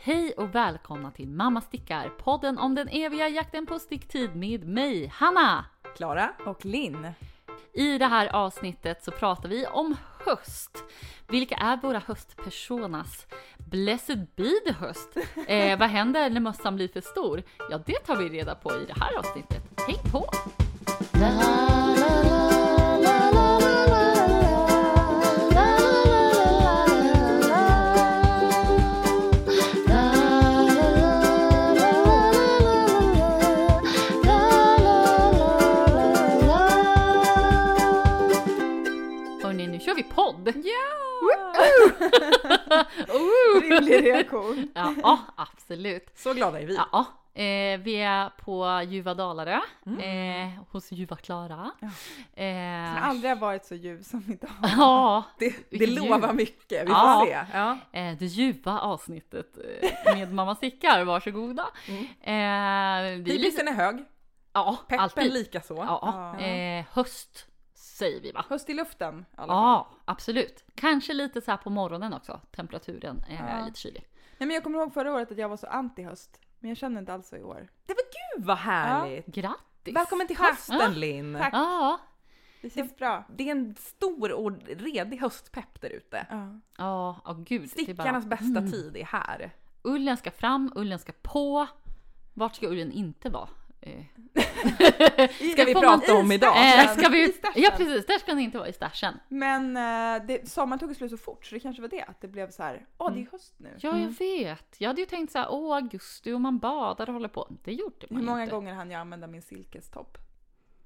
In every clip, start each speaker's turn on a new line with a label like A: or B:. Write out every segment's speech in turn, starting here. A: Hej och välkomna till Mamma Stickar, podden om den eviga jakten på sticktid med mig, Hanna!
B: Klara och Linn.
A: I det här avsnittet så pratar vi om höst. Vilka är våra höstpersonas? Blessed be the höst! Eh, vad händer när mössan blir för stor? Ja, det tar vi reda på i det här avsnittet. Häng på! Hörni, nu kör vi podd! Oh.
B: Rimlig reaktion.
A: Ja, ja, absolut.
B: Så glada är vi.
A: Ja, eh, vi är på Ljuva Dalarö eh, hos Ljuva Klara.
B: Ja. Jag har
A: Eh,
B: aldrig varit så ljuv som idag.
A: ja,
B: Det, det
A: Vilket
B: lovar
A: ljud.
B: mycket, vi
A: Ja.
B: får se. Ja.
A: eh, det ljuva avsnittet eh, med Mamma Stickar, varsågoda.
B: Mm.
A: Eh, vi är lite,
B: Hitlisten är Typ hög,
A: ja,
B: peppen
A: alltid.
B: likaså.
A: Ja,
B: Ja.
A: eh, höst säger vi va?
B: Höst i luften i alla fall.
A: Ja, absolut. Kanske lite så här på morgonen också, temperaturen är
B: Ja.
A: lite kylig.
B: Nej, men jag kommer ihåg förra året att jag var så anti höst, men jag känner inte alls så i år. Det var gud vad härligt!
A: Grattis!
C: Välkommen till
B: Tack.
C: hösten
A: Ja.
C: Linn!
B: Tack.
A: Ja,
B: Det känns bra.
C: Det är en stor och redig höstpepp där ute.
B: Ja.
A: ja, ja gud. det är bara-
C: Stickarnas bästa
A: Mm.
C: tid är här.
A: Ullen ska fram, ullen ska på. Vart ska ullen inte vara? Eh.
C: Ska vi
A: få
C: prata
A: någon-
C: om idag?
A: Eh,
B: stashen.
A: ska
B: I
A: vi...
B: stashen.
A: Ja precis, där ska den inte vara i stashen.
B: Men eh, det, sommaren tog slut så fort så det kanske var det, att det blev så här, åh det är höst nu.
A: Mm. Ja,
C: Mm.
A: jag vet. Jag hade ju tänkt så här, åh augusti och man badar och håller på. Det gjorde man
B: Hur många
A: inte.
B: gånger hann jag använda min silkestopp?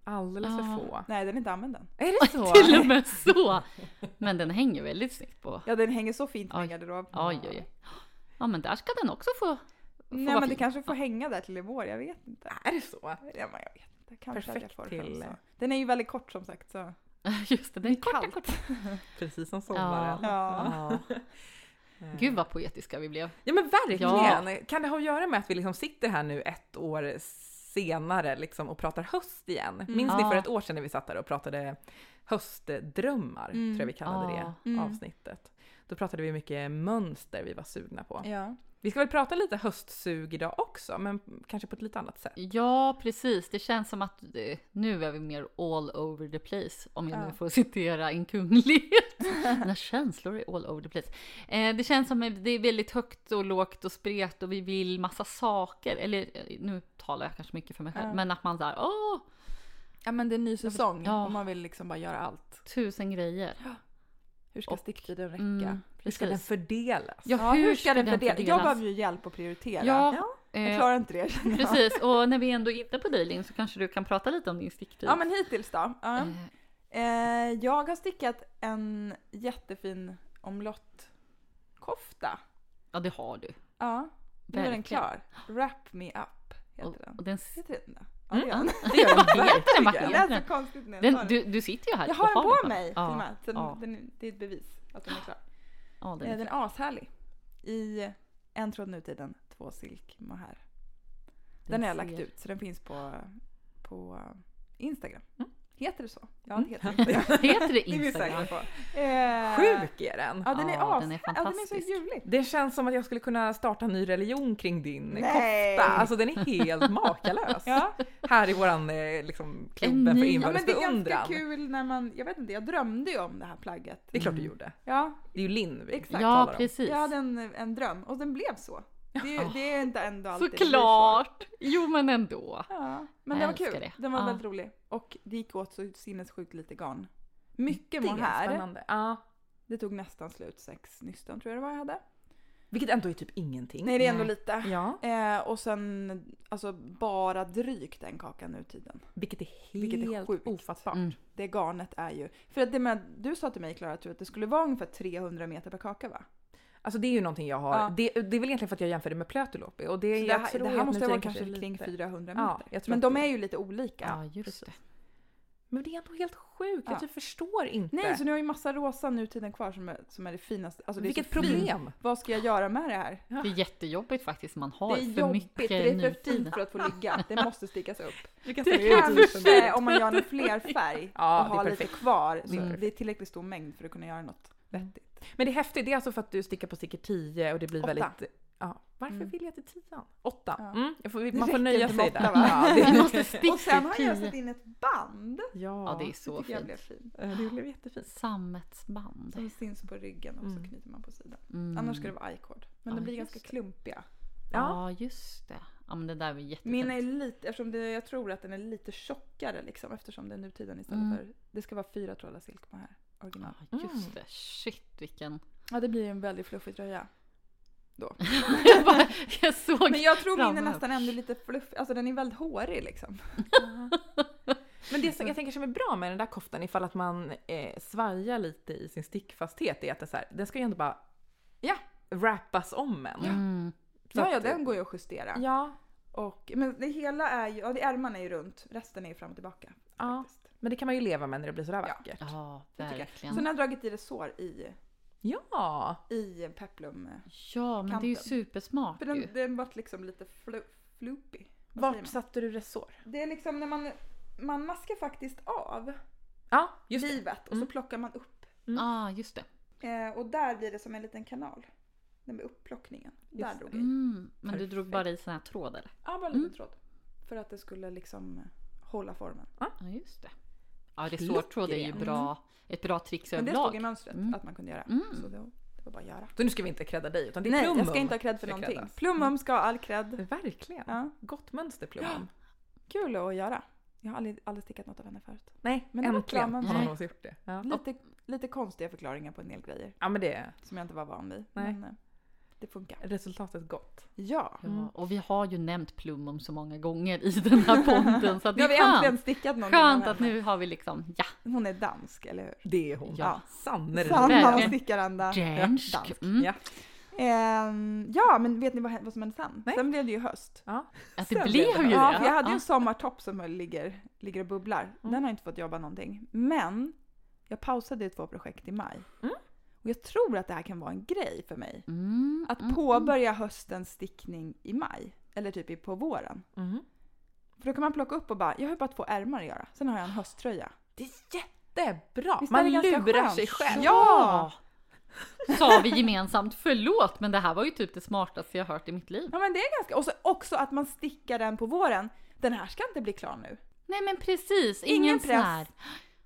C: Alldeles
A: Ja.
C: för få.
B: Nej, den är inte använd än.
C: Är det så?
A: Till och med så. Men den hänger väldigt snyggt på.
B: Ja, den hänger så fint i
A: Oj.
B: min garderob.
A: Oj, oj, oj. Ja, men där ska den också få, få
B: Nej
A: vara
B: men det
A: fin.
B: kanske får hänga där till i vår, jag vet inte.
C: Är det så?
B: Ja, men jag vet inte. Kanske att jag
C: Perfekt
B: får
C: till-
B: till... Den är ju väldigt kort som sagt så.
A: Just det, den är kort,
B: kallt.
A: kort.
C: Precis som sommaren.
A: Ja.
C: Ja.
A: Gud vad poetiska vi blev.
C: Ja men verkligen! Kan det ha att göra med att vi liksom sitter här nu ett år senare liksom och pratar höst igen? Minns ni
A: Ja.
C: för ett år sedan när vi satt där och pratade höstdrömmar,
B: Mm.
C: tror jag vi kallade
A: Ja.
C: det
B: Mm.
C: avsnittet. Då pratade vi mycket mönster vi var sugna på.
B: Ja.
C: Vi ska väl prata lite höstsug idag också, men kanske på ett lite annat sätt.
A: Ja, precis. Det känns som att eh, nu är vi mer all over the place, om jag nu
B: Ja.
A: får citera en kunglighet. Mina känslor är all over the place. Eh, det känns som att det är väldigt högt och lågt och spret och vi vill massa saker. Eller eh, nu talar jag kanske mycket för mig själv,
B: Ja.
A: men att man såhär, åh,
B: ja men det är ny säsong
A: Ja.
B: och man vill liksom bara göra allt.
A: tusen grejer.
B: Hur ska
A: Och-
B: sticktiden räcka?
A: Mm,
C: Hur ska den
A: precis.
C: fördelas?
A: Ja, hur, ska den fördelas?
B: Jag behöver ju hjälp att prioritera.
A: Ja,
B: Jag
A: eh,
B: klarar inte det känner jag.
A: precis. Och när vi ändå är inne på dig Linn, så kanske du kan prata lite om din sticktid.
B: Ja men hittills då. Ja.
A: Eh,
B: Eh, jag har stickat en jättefin omlottkofta.
A: ja, det har du.
B: Ja, nu är
A: Verkligen.
B: den klar. Wrap me up
A: Och,
B: heter den.
A: och den
B: Heter den det? Ja,
C: Mm,
B: det gör den.
C: Det gör den
A: Vad heter den,
C: verkligen.
B: Det
A: heter
B: lät
A: den?
B: så konstigt när jag sa
A: Den,
B: det.
A: du, du sitter ju här
B: Jag har
A: och
B: den på
A: den.
B: mig
A: Ja,
B: till och med. så
A: ja.
B: Den, den, det är ett bevis att den är klar.
A: ja, den
B: Den
A: är
B: är, den är ashärlig. I en tråd nutiden, två silk mohair. Den har jag lagt
A: ser-
B: ut så den finns på, på Instagram.
C: Mm.
B: Heter det så? Ja, det
C: Mm.
B: heter Instagram.
A: Heter det
B: det är vi säkra
A: Instagram?
B: på. Eh,
C: Sjuk är den!
B: Ja, den är
A: Ja,
B: as.
A: den är
B: ja, den är så
A: fantastisk.
B: ljuvlig.
C: Det känns som att jag skulle kunna starta en ny religion kring din
B: Nej.
C: kofta. Alltså den är helt makalös.
B: Ja.
C: Här i våran eh, liksom,
A: En
C: klubben
A: ny-
C: för
B: ja,
C: inbördes
B: men det är ganska
C: beundran.
B: kul när man, jag vet inte, jag drömde ju om det här plagget.
C: Det är klart du gjorde.
B: Ja,
C: Det är ju Linn vi
B: Mm. Exakt.
A: Ja,
C: talar om.
A: precis.
B: jag hade en, en dröm och den blev så. Det är, ju- det är inte ändå alltid det blir så.
A: Såklart! Jo, men ändå.
B: Ja, men
A: Jag
B: det var
A: älskar
B: kul.
A: det.
B: Den var
A: Ja.
B: väldigt rolig. Och det gick åt så sinnessjukt lite garn. Mycket
C: Det är
B: mohair.
C: spännande. Ja.
B: Det tog nästan slut, sex nystan tror jag det var jag hade.
C: Vilket ändå är typ ingenting.
B: Nej, det är ändå
A: Nej.
B: lite.
C: Ja.
B: Eh, och sen alltså bara drygt en kaka nu i tiden.
C: Vilket är helt
B: Vilket är sjukt.
C: ofattbart.
A: Mm.
B: Det garnet är ju. För att det med, du sa till mig Klara att du- att det skulle vara ungefär 300 meter per kaka va?
C: Alltså det är ju någonting jag har.
B: Ja.
C: Det, det är väl egentligen för att jag jämförde med Plötulopi och det,
B: Så det,
C: jag
B: här,
C: tror
B: det här
C: att
B: måste
C: nutiden
B: vara kanske
C: är
B: kring
C: lite-
B: 400 meter.
C: Ja, jag tror
B: men
C: att
B: de
C: det-
B: är ju lite olika.
A: Ja, just det.
C: Men det är ändå helt sjukt.
B: Ja.
C: Jag typ förstår inte.
B: Nej, så nu har jag ju massa rosa nu i tiden kvar som är, som är det finaste. Alltså, det är
C: Vilket
B: så fint.
C: problem!
B: Vad ska jag göra med det här?
A: Det är jättejobbigt faktiskt. Man har
B: det är
A: för
B: jobbigt,
A: mycket
B: det är
A: nu
B: för
A: för tiden.
B: fint för att få ligga. Det måste stickas upp.
C: Det typ
B: Kanske om man gör en flerfärg
C: Ja,
B: och
C: det är
B: har lite
C: perfekt. Mm.
B: kvar. Så
C: Det är perfekt.
B: Det är tillräckligt stor mängd för att kunna göra något vettigt.
C: Men det är häftigt, det är alltså för att du stickar på sticker 10 och det blir
B: Åtta.
C: väldigt... Ja. Varför
B: Mm.
C: vill jag till tian? Åtta.
B: Ja.
C: Mm. Jag får,
B: Det
C: man får
B: räcker
C: nöja
B: inte
C: sig
B: med
C: där.
B: åtta, va?
C: Ja, det, typ
A: Vi måste sticka
B: Och sen har
A: till
B: jag
A: tio.
B: satt in ett band.
A: Ja, det är
B: Det
A: så
B: tycker jag
A: fint.
B: blev fint.
C: Eh, det blev jättefint.
A: Sammetsband.
B: De syns på ryggen och så
C: Mm.
B: knyter man på sidan.
A: Mm.
B: Annars ska det vara i-cord. Men
A: Ja,
B: de blir
A: just
B: ganska
A: det.
B: klumpiga.
C: Ja.
A: Ja, just det. Ja, men det där var jättefint.
B: Min är lite, eftersom det, jag tror att den är lite tjockare liksom eftersom det är nutiden istället
A: Mm.
B: för, det ska vara fyra trådar silke på här. Original.
A: Ja,
B: Mm.
A: just det. Shit vilken...
B: Ja det blir ju en väldigt fluffig tröja.
A: jag, bara, jag såg...
B: Men jag tror min är
A: Framöver.
B: nästan ännu lite fluffig, alltså den är väldigt hårig liksom.
C: Men det som jag tänker som är bra med den där koftan ifall att man eh, svajar lite i sin stickfasthet är att det så här, den ska ju ändå bara ja, wrappas om en.
A: Mm.
C: Så
B: Ja ja
C: att-
B: den går ju att justera.
C: Ja,
B: Och, men det hela är ju, ja det ärmarna är ju runt, resten är ju fram och tillbaka.
C: Ja.
B: Faktiskt.
C: men det kan man ju leva med när det blir sådär
B: Ja.
C: vackert.
A: Ja,
B: Det tycker jag.
A: verkligen.
B: Sen har jag dragit i resår i,
C: Ja!
B: i peplum.
A: Ja, men det är ju
B: kanten.
A: supersmart
B: För
A: ju.
B: den, den vart liksom lite flu, floopy. Vad säger
C: Vart
B: man?
C: satte du resår?
B: Det är liksom när man, man maskar faktiskt av
C: Ja, just det.
B: livet och
C: Mm.
B: så plockar man upp.
A: Ja, ah, just det.
B: Eh, och där blir det som en liten kanal. Den med upplockningen. där
C: Just
B: drog jag i.
A: Mm. Men du drog
C: Perfekt.
A: bara i sån här tråd eller?
B: Ja, bara lite
A: Mm.
B: tråd. För att det skulle liksom hålla formen.
A: Ja, just det. Ja, resårtråd är ju
C: Klockrent.
A: bra, ett bra trix
B: Mm. Men det stod i
A: överlag.
B: mönstret
A: Mm.
B: att man kunde göra.
A: Mm.
B: Så det, det var bara att göra.
C: Så nu ska vi inte credda dig utan det är
B: Nej,
C: Plumum.
B: jag ska inte ha cred för
C: ska
B: någonting.
C: creddas.
A: Mm.
B: Plumum ska ha all cred.
C: Verkligen.
B: Ja.
C: Gott mönster Plumum.
B: Kul att göra. Jag har aldrig, aldrig stickat något av henne förut.
C: Nej,
B: Men det var bra
C: äntligen har
B: mönster.
C: någon av oss gjort det. Ja.
B: Lite, lite konstiga förklaringar på en del grejer
C: ja, men det är
B: som jag inte var van vid.
C: Nej.
B: Men eh, det funkar.
C: resultatet gott.
B: Ja!
A: Ja, och vi har ju nämnt Plumum så många gånger i den här podden så att det
B: Nu har vi
A: är
B: äntligen
A: skönt.
B: stickat någonting.
A: Skönt
B: av
A: att
B: henne.
A: nu har vi liksom, ja,
B: Hon är dansk, eller hur?
C: Det är hon.
A: Ja.
C: Sanner.
B: Sanna och
A: Verkligen.
B: stickaranda.
A: dansk. Mm.
C: Ja.
B: Ehm, ja, men vet ni vad, hä- vad som hände sen?
C: Nej.
B: Sen blev det ju höst.
A: Att det
C: Sen
A: blev
C: blev
A: ju
C: det
A: det.
B: Ja, för jag hade ju en
A: Ja.
B: sommartopp som ligger, ligger och bubblar. Den har inte fått jobba någonting. Men jag pausade ju två projekt i maj.
C: Mm.
B: Och jag tror att det här kan vara en grej för mig.
A: Mm,
B: Att
A: mm,
B: påbörja höstens stickning i maj. Eller typ i- på våren.
C: Mm.
B: För då kan man plocka upp och bara, jag har ju bara två ärmar att göra. Sen har jag en hösttröja.
C: Det är jättebra!
B: Visst är
C: Man
B: det ganska
C: lurar
B: skönt?
C: sig själv.
A: Ja! Sa vi gemensamt. Förlåt, men det här var ju typ det smartaste jag hört i mitt liv.
B: Ja men det är ganska, och så också att man stickar den på våren. Den här ska inte bli klar nu.
A: Nej men precis,
B: Ingen
A: ingen,
B: press.
A: snär.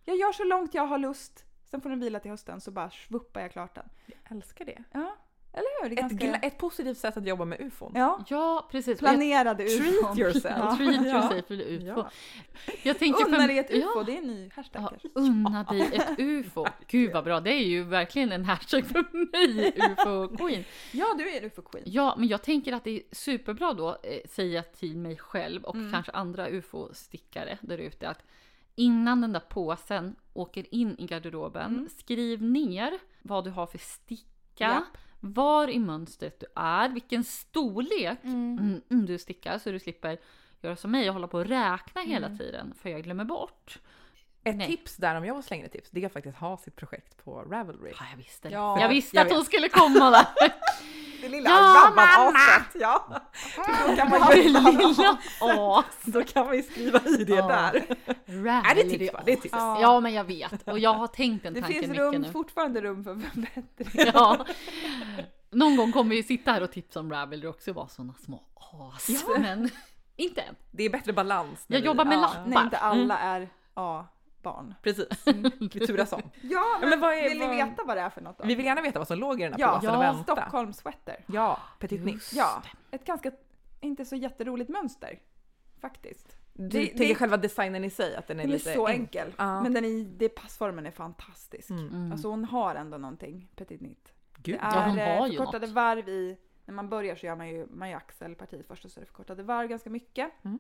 B: Jag gör så långt jag har lust. Sen får den vila till hösten så bara svuppar jag klart den.
C: Jag älskar det.
B: Ja, eller hur? Det är
C: Ett,
B: ganska...
C: gla- ett positivt sätt att jobba med ufon.
B: Ja,
A: Ja, precis. Och jag-
B: planerade ufon.
C: Treat yourself.
A: Ja, Treat yourself eller UFO.
C: Ja.
A: Jag tänker
B: Unna dig ett
A: Ja,
B: ufo, det är en ny hashtag
A: Ja,
B: kanske.
A: unna dig ett UFO. Gud vad bra, det är ju verkligen en hashtag för mig, UFO-queen.
B: Ja, du är en ufo-queen.
A: Ja, men jag tänker att det är superbra då, eh, säga till mig själv och
B: Mm.
A: kanske andra UFO-stickare där ute att innan den där påsen åker in i garderoben,
B: Mm.
A: skriv ner vad du har för sticka,
B: Japp.
A: var i mönstret du är, vilken storlek
B: Mm.
A: mm, mm, du stickar så du slipper göra som mig och hålla på och räkna
B: Mm.
A: hela tiden för jag glömmer bort.
C: Ett
A: Nej.
C: tips där, om jag var slänger ett tips, det är faktiskt att ha sitt projekt på Ravelry.
A: Ja, jag visste det.
B: Ja,
A: jag visste
C: jag
A: att hon skulle komma där.
B: Det lilla
A: Ja,
B: rabban-aset! Ja, Då kan man
A: Det
B: ju
A: lilla as.
C: Då kan vi skriva i det
A: Ja.
C: där. Är det ett tips va? Det är ett tips.
B: Ja.
A: Ja, men jag vet. Och jag har tänkt den
B: typ Det
A: tanken
B: finns
A: mycket
B: rum,
A: nu.
B: fortfarande rum för förbättring.
A: Ja. Någon gång kommer vi sitta här och tipsa om Ravelry också och vara såna små as. Men inte än.
C: Det är bättre balans. när
A: Jag
C: vi-
A: jobbar med
C: Ja.
A: lappar.
B: Nej, inte alla
A: Mm.
B: är A-barn.
C: Precis, vi turas om.
B: Ja, men,
C: men vad är-
B: vill ni
C: vad-
B: veta vad det är för något då?
C: Vi vill gärna veta vad som låg i den här
B: Ja,
C: påsen och
A: ja,
C: vänta.
B: Stockholm-sweater.
C: Ja, Petit Nix.
A: Just
B: Ja, ett ganska, inte så jätteroligt mönster. Faktiskt.
C: Du
B: Det-
C: tänker
B: det-
C: själva designen i sig, att den är
B: Den är
C: lite...
B: så enkel.
C: Ja.
B: Men den är, det, passformen är fantastisk.
C: Mm.
A: Mm.
B: Alltså hon har ändå någonting petit nit.
C: Gud.
B: Det
A: Ja, hon
B: är
A: har
B: eh,
A: ju
B: förkortade
A: något.
B: varv i, när man börjar så gör man ju, man gör axelpartiet först och så är det förkortade varv ganska mycket.
C: Mm.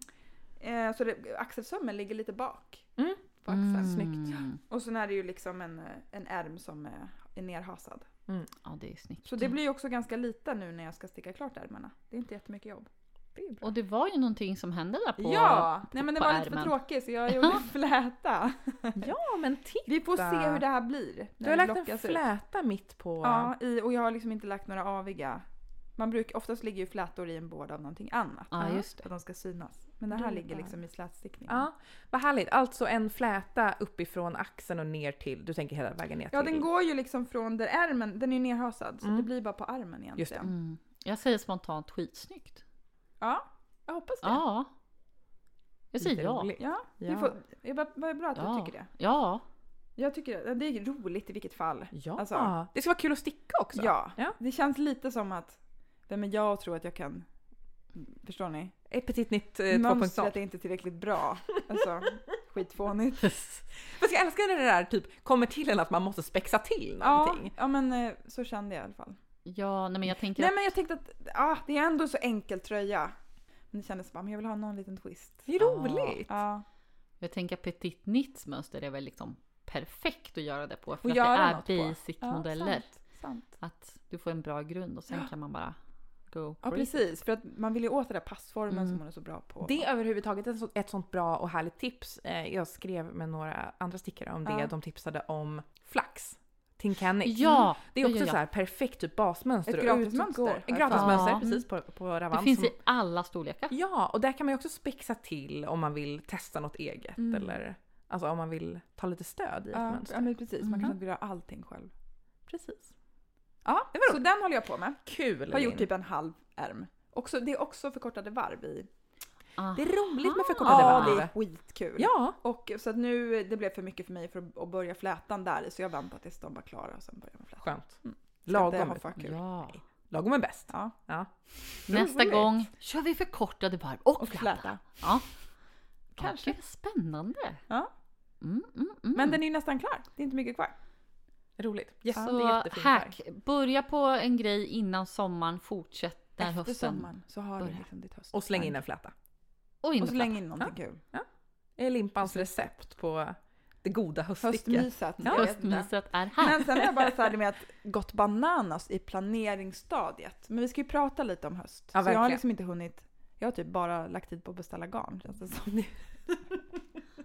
B: Eh, så det, axelsömmen ligger lite bak
C: Mm.
B: på axeln.
C: Snyggt.
A: Mm.
B: Och sen är det ju liksom en, eh, en ärm som eh, är nerhasad.
A: Ja, det är snyggt.
B: Så det
C: Mm.
B: blir ju också ganska liten nu när jag ska sticka klart ärmarna. Det är inte jättemycket jobb.
C: Det är bra.
A: Och det var ju någonting som hände där på...
B: ja! Nej men det
A: på
B: var lite för
A: ärmen.
B: tråkigt så jag gjorde en fläta.
C: Ja, men titta!
B: Vi får se hur det här blir.
C: Du har lagt en
B: flockas ut.
C: fläta mitt på...
B: Ja, i, och jag har liksom inte lagt några aviga. Man brukar, oftast ligger ju flätor i en båd av någonting annat.
A: Ja, just
B: För att de ska synas. Men det här
C: Det
B: ligger
C: där.
B: liksom i slätstickningen.
C: Ja, vad härligt. Alltså en fläta uppifrån axeln och ner till, du tänker hela vägen ner
B: Ja,
C: till.
B: den går ju liksom från där ärmen, den är ju nerhasad så
C: Mm.
B: det blir bara på armen egentligen.
C: Just det.
A: Mm. Jag säger spontant skitsnyggt.
B: Ja, jag hoppas det.
A: Ja. Jag säger ja.
C: Roligt.
B: Ja, vi
C: Ja.
B: Får, jag bara, vad bra att du
A: Ja.
B: tycker det.
A: Ja.
B: Jag tycker det är roligt i vilket fall.
C: Ja.
B: Alltså-
C: det ska vara kul att sticka också.
B: Ja.
C: Ja.
B: det känns lite som att vem är jag och tror att jag kan... Förstår ni?
C: Ett petit nytt eh, 2.0.
B: Mönstret är inte tillräckligt bra. Alltså, skitfånigt.
C: Fast jag älskar när det där typ kommer till en att man måste spexa till
B: Ja,
C: någonting.
B: ja, men eh, så kände jag i alla fall.
A: Ja, nej men jag tänker
B: Nej men jag tänkte att ah, det är ändå så enkel tröja. Men det kändes bara, men jag vill ha någon liten twist.
C: Det är roligt.
B: Ja,
A: Jag tänker att Petit Nits mönster är väl liksom perfekt att göra det på. För
B: Och
A: att
B: göra något
A: det
B: på.
A: är basic
B: ja
A: modeller.
B: Sant, sant.
A: Att du får en bra grund och sen kan man bara go
B: Ja
A: for it.
B: precis, för att man vill ju åt den där passformen
A: Mm.
B: som hon är så bra på.
C: Det är överhuvudtaget ett sånt, ett sånt bra och härligt tips. Eh, Jag skrev med några andra stickare om det.
B: Ja.
C: De tipsade om flax. Tinkanix.
A: Ja!
B: mm.
C: Det är också
A: ja, ja,
C: så här perfekt typ basmönster.
B: Ett
C: och
B: gratismönster, Mm.
C: utgår- Ett
B: i alla fall.
C: gratismönster,
A: Ja.
C: precis, på, på
A: ja.
C: Ravan.
A: Det finns
C: som-
A: i alla storlekar.
C: Ja, och där kan man ju också spexa till om man vill testa något eget
B: Mm.
C: eller alltså om man vill ta lite stöd i ett
B: ja,
C: mönster. Mhm.
B: ja men precis, man
A: Mm.
B: kanske inte vill göra allting själv.
C: Precis.
B: Ja,
C: Det var
B: så den håller jag på med.
C: Kul!
B: Har gjort
C: Linn.
B: typ en halv ärm. Också, det är också förkortade varv i.
A: Ah.
C: Det är roligt med förkortade
B: Ja,
C: varv.
B: det är skitkul.
C: Ja,
B: Och, så att nu, det blev för mycket för mig för att, att börja flätan där så jag väntar tills de var klara och sen börjar man fläta.
C: skönt.
B: Mm. Ska inte
C: Lagom.
B: ha för kul.
A: Ja.
C: Lagom är bäst.
B: Ja.
C: Ja.
A: Nästa
B: Roligt.
A: gång kör vi förkortade varv och,
B: Och
A: fläta.
B: fläta.
A: Ja.
B: Kanske.
A: Okej, spännande.
B: Ja.
A: Mm, mm, mm.
B: Men den är ju nästan klar. Det är inte mycket kvar.
C: Roligt. Yes,
B: Ja,
C: det
A: så
C: är jättefint
A: hack, börja på en grej innan sommaren, fortsätt när
B: Efter
A: hösten.
B: sommaren så har du
A: börjar.
B: liksom ditt höst.
C: Och släng in en fläta.
A: Och in
B: Och
A: i
B: så
A: fläta.
B: lägg in någonting kul.
C: är Limpans recept på det goda höststicket.
B: Höstmyset.
C: Ja.
B: jag vet inte.
A: Höstmyset är här.
B: Men sen är jag bara färdig med att gått bananas i planeringsstadiet. Men vi ska ju prata lite om höst. så jag
C: Ja,
B: har
C: verkligen.
B: liksom inte hunnit. Jag har typ bara lagt tid på att beställa garn känns det som.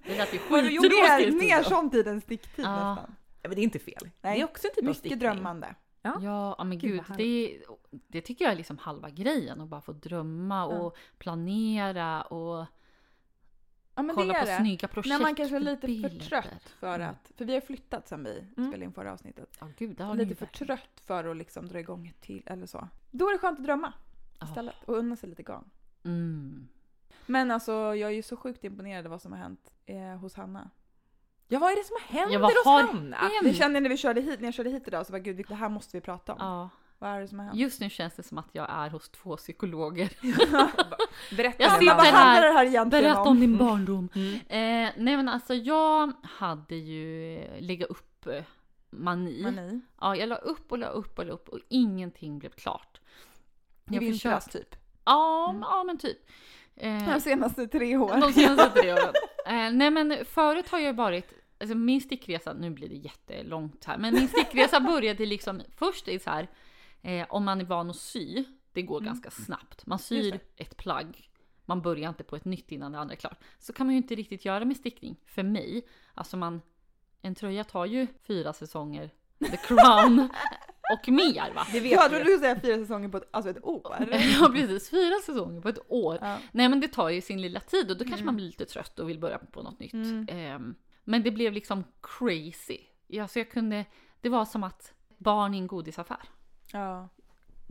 A: Det lät ju
B: Jo,
A: skittråkigt.
B: mer, mer sån tid än sticktid
A: Ja.
B: nästan.
C: Ja, men det är inte fel.
B: Nej.
C: Det är också en typ av stickning.
B: Mycket drömmande.
A: Ja, ja, men
C: Gud,
A: gud,
C: vad
A: det, det tycker jag är liksom halva grejen. Att bara få drömma och planera och
B: Ja, men
A: kolla
B: det
A: på
B: är det.
A: snygga projekt.
B: När man kanske är lite för
A: bilder.
B: trött för
A: Mm.
B: att, för vi har flyttat sen vi
C: Mm.
B: spelade in förra avsnittet.
A: Ja, gud, det har ni
B: lite
A: ju
B: för
A: verkligen.
B: trött för att liksom dra igång ett till eller så. Då är det skönt att drömma
A: Ja.
B: istället och unna sig lite garn.
A: Mm.
B: Men alltså jag är ju så sjukt imponerad av vad som har hänt eh, hos Hanna.
C: Ja, vad är det som händer
A: Ja, vad
C: hos
A: har
C: Hanna?
B: Det
A: Hänt?
B: kände jag när vi körde hit, när jag körde hit idag så bara gud det här måste vi prata om.
A: Ja.
B: Vad är det som har hänt?
A: Just nu känns det som att jag är hos två psykologer.
C: Berätta
A: Jag
B: Hanna,
C: nu,
A: sitter
B: vad
C: Hanna.
A: här-
B: handlar det här egentligen
A: Berätta
B: om?
A: om din barndom.
C: Mm.
A: Eh, nej men alltså jag hade ju eh, lägga upp eh, mani.
B: Mani.
A: Ja, jag la upp och la upp och la upp och ingenting blev klart.
B: I vintras
A: försökte-
B: typ.
A: Ja, ja men typ. Eh,
B: De senaste tre åren.
A: De senaste tre åren. Eh, nej men förut har jag varit, alltså min stickresa, nu blir det jättelångt här, men min stickresa började liksom först i så här, eh, om man är van att sy, det går ganska snabbt. Man syr ett plagg, man börjar inte på ett nytt innan det andra är klart. Så kan man ju inte riktigt göra med stickning, för mig. Alltså man, en tröja tar ju fyra säsonger, the crown och mer va?
C: Det
B: Jag
C: vet
B: trodde du
C: vi.
B: skulle säga fyra säsonger på ett, alltså ett år.
A: Ja precis, fyra säsonger på ett år.
B: Ja.
A: Nej men det tar ju sin lilla tid och då kanske man blir lite trött och vill börja på något nytt.
B: Mm.
A: Ehm, men det blev liksom crazy. Alltså jag kunde, det var som att barn i en godisaffär.
B: ja.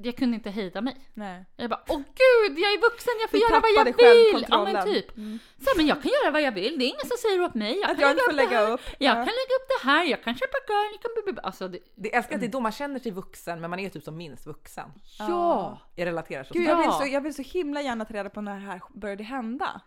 A: Jag kunde inte hejda mig.
B: Nej.
A: Jag bara åh gud, jag är vuxen, jag får
B: Du
A: göra vad jag
B: tappade
A: vill! Ja men
B: självkontrollen. Mm.
A: typ. Så här, men jag kan göra vad jag vill, det är ingen som säger åt mig. Jag
B: Att
A: kan,
B: jag
A: lägga,
B: inte får
A: upp det här.
B: lägga upp.
A: jag
B: Ja.
A: kan lägga upp det här, jag kan köpa girl, jag kan... bu- bu- bu- Alltså det,
C: Det älskar att det är då man känner sig vuxen, men man är typ som minst vuxen.
A: ja!
C: Jag relaterar så
B: Gud,
C: starkt.
B: jag, vill
A: Ja.
B: så, jag vill så himla gärna ta reda på när det här började hända.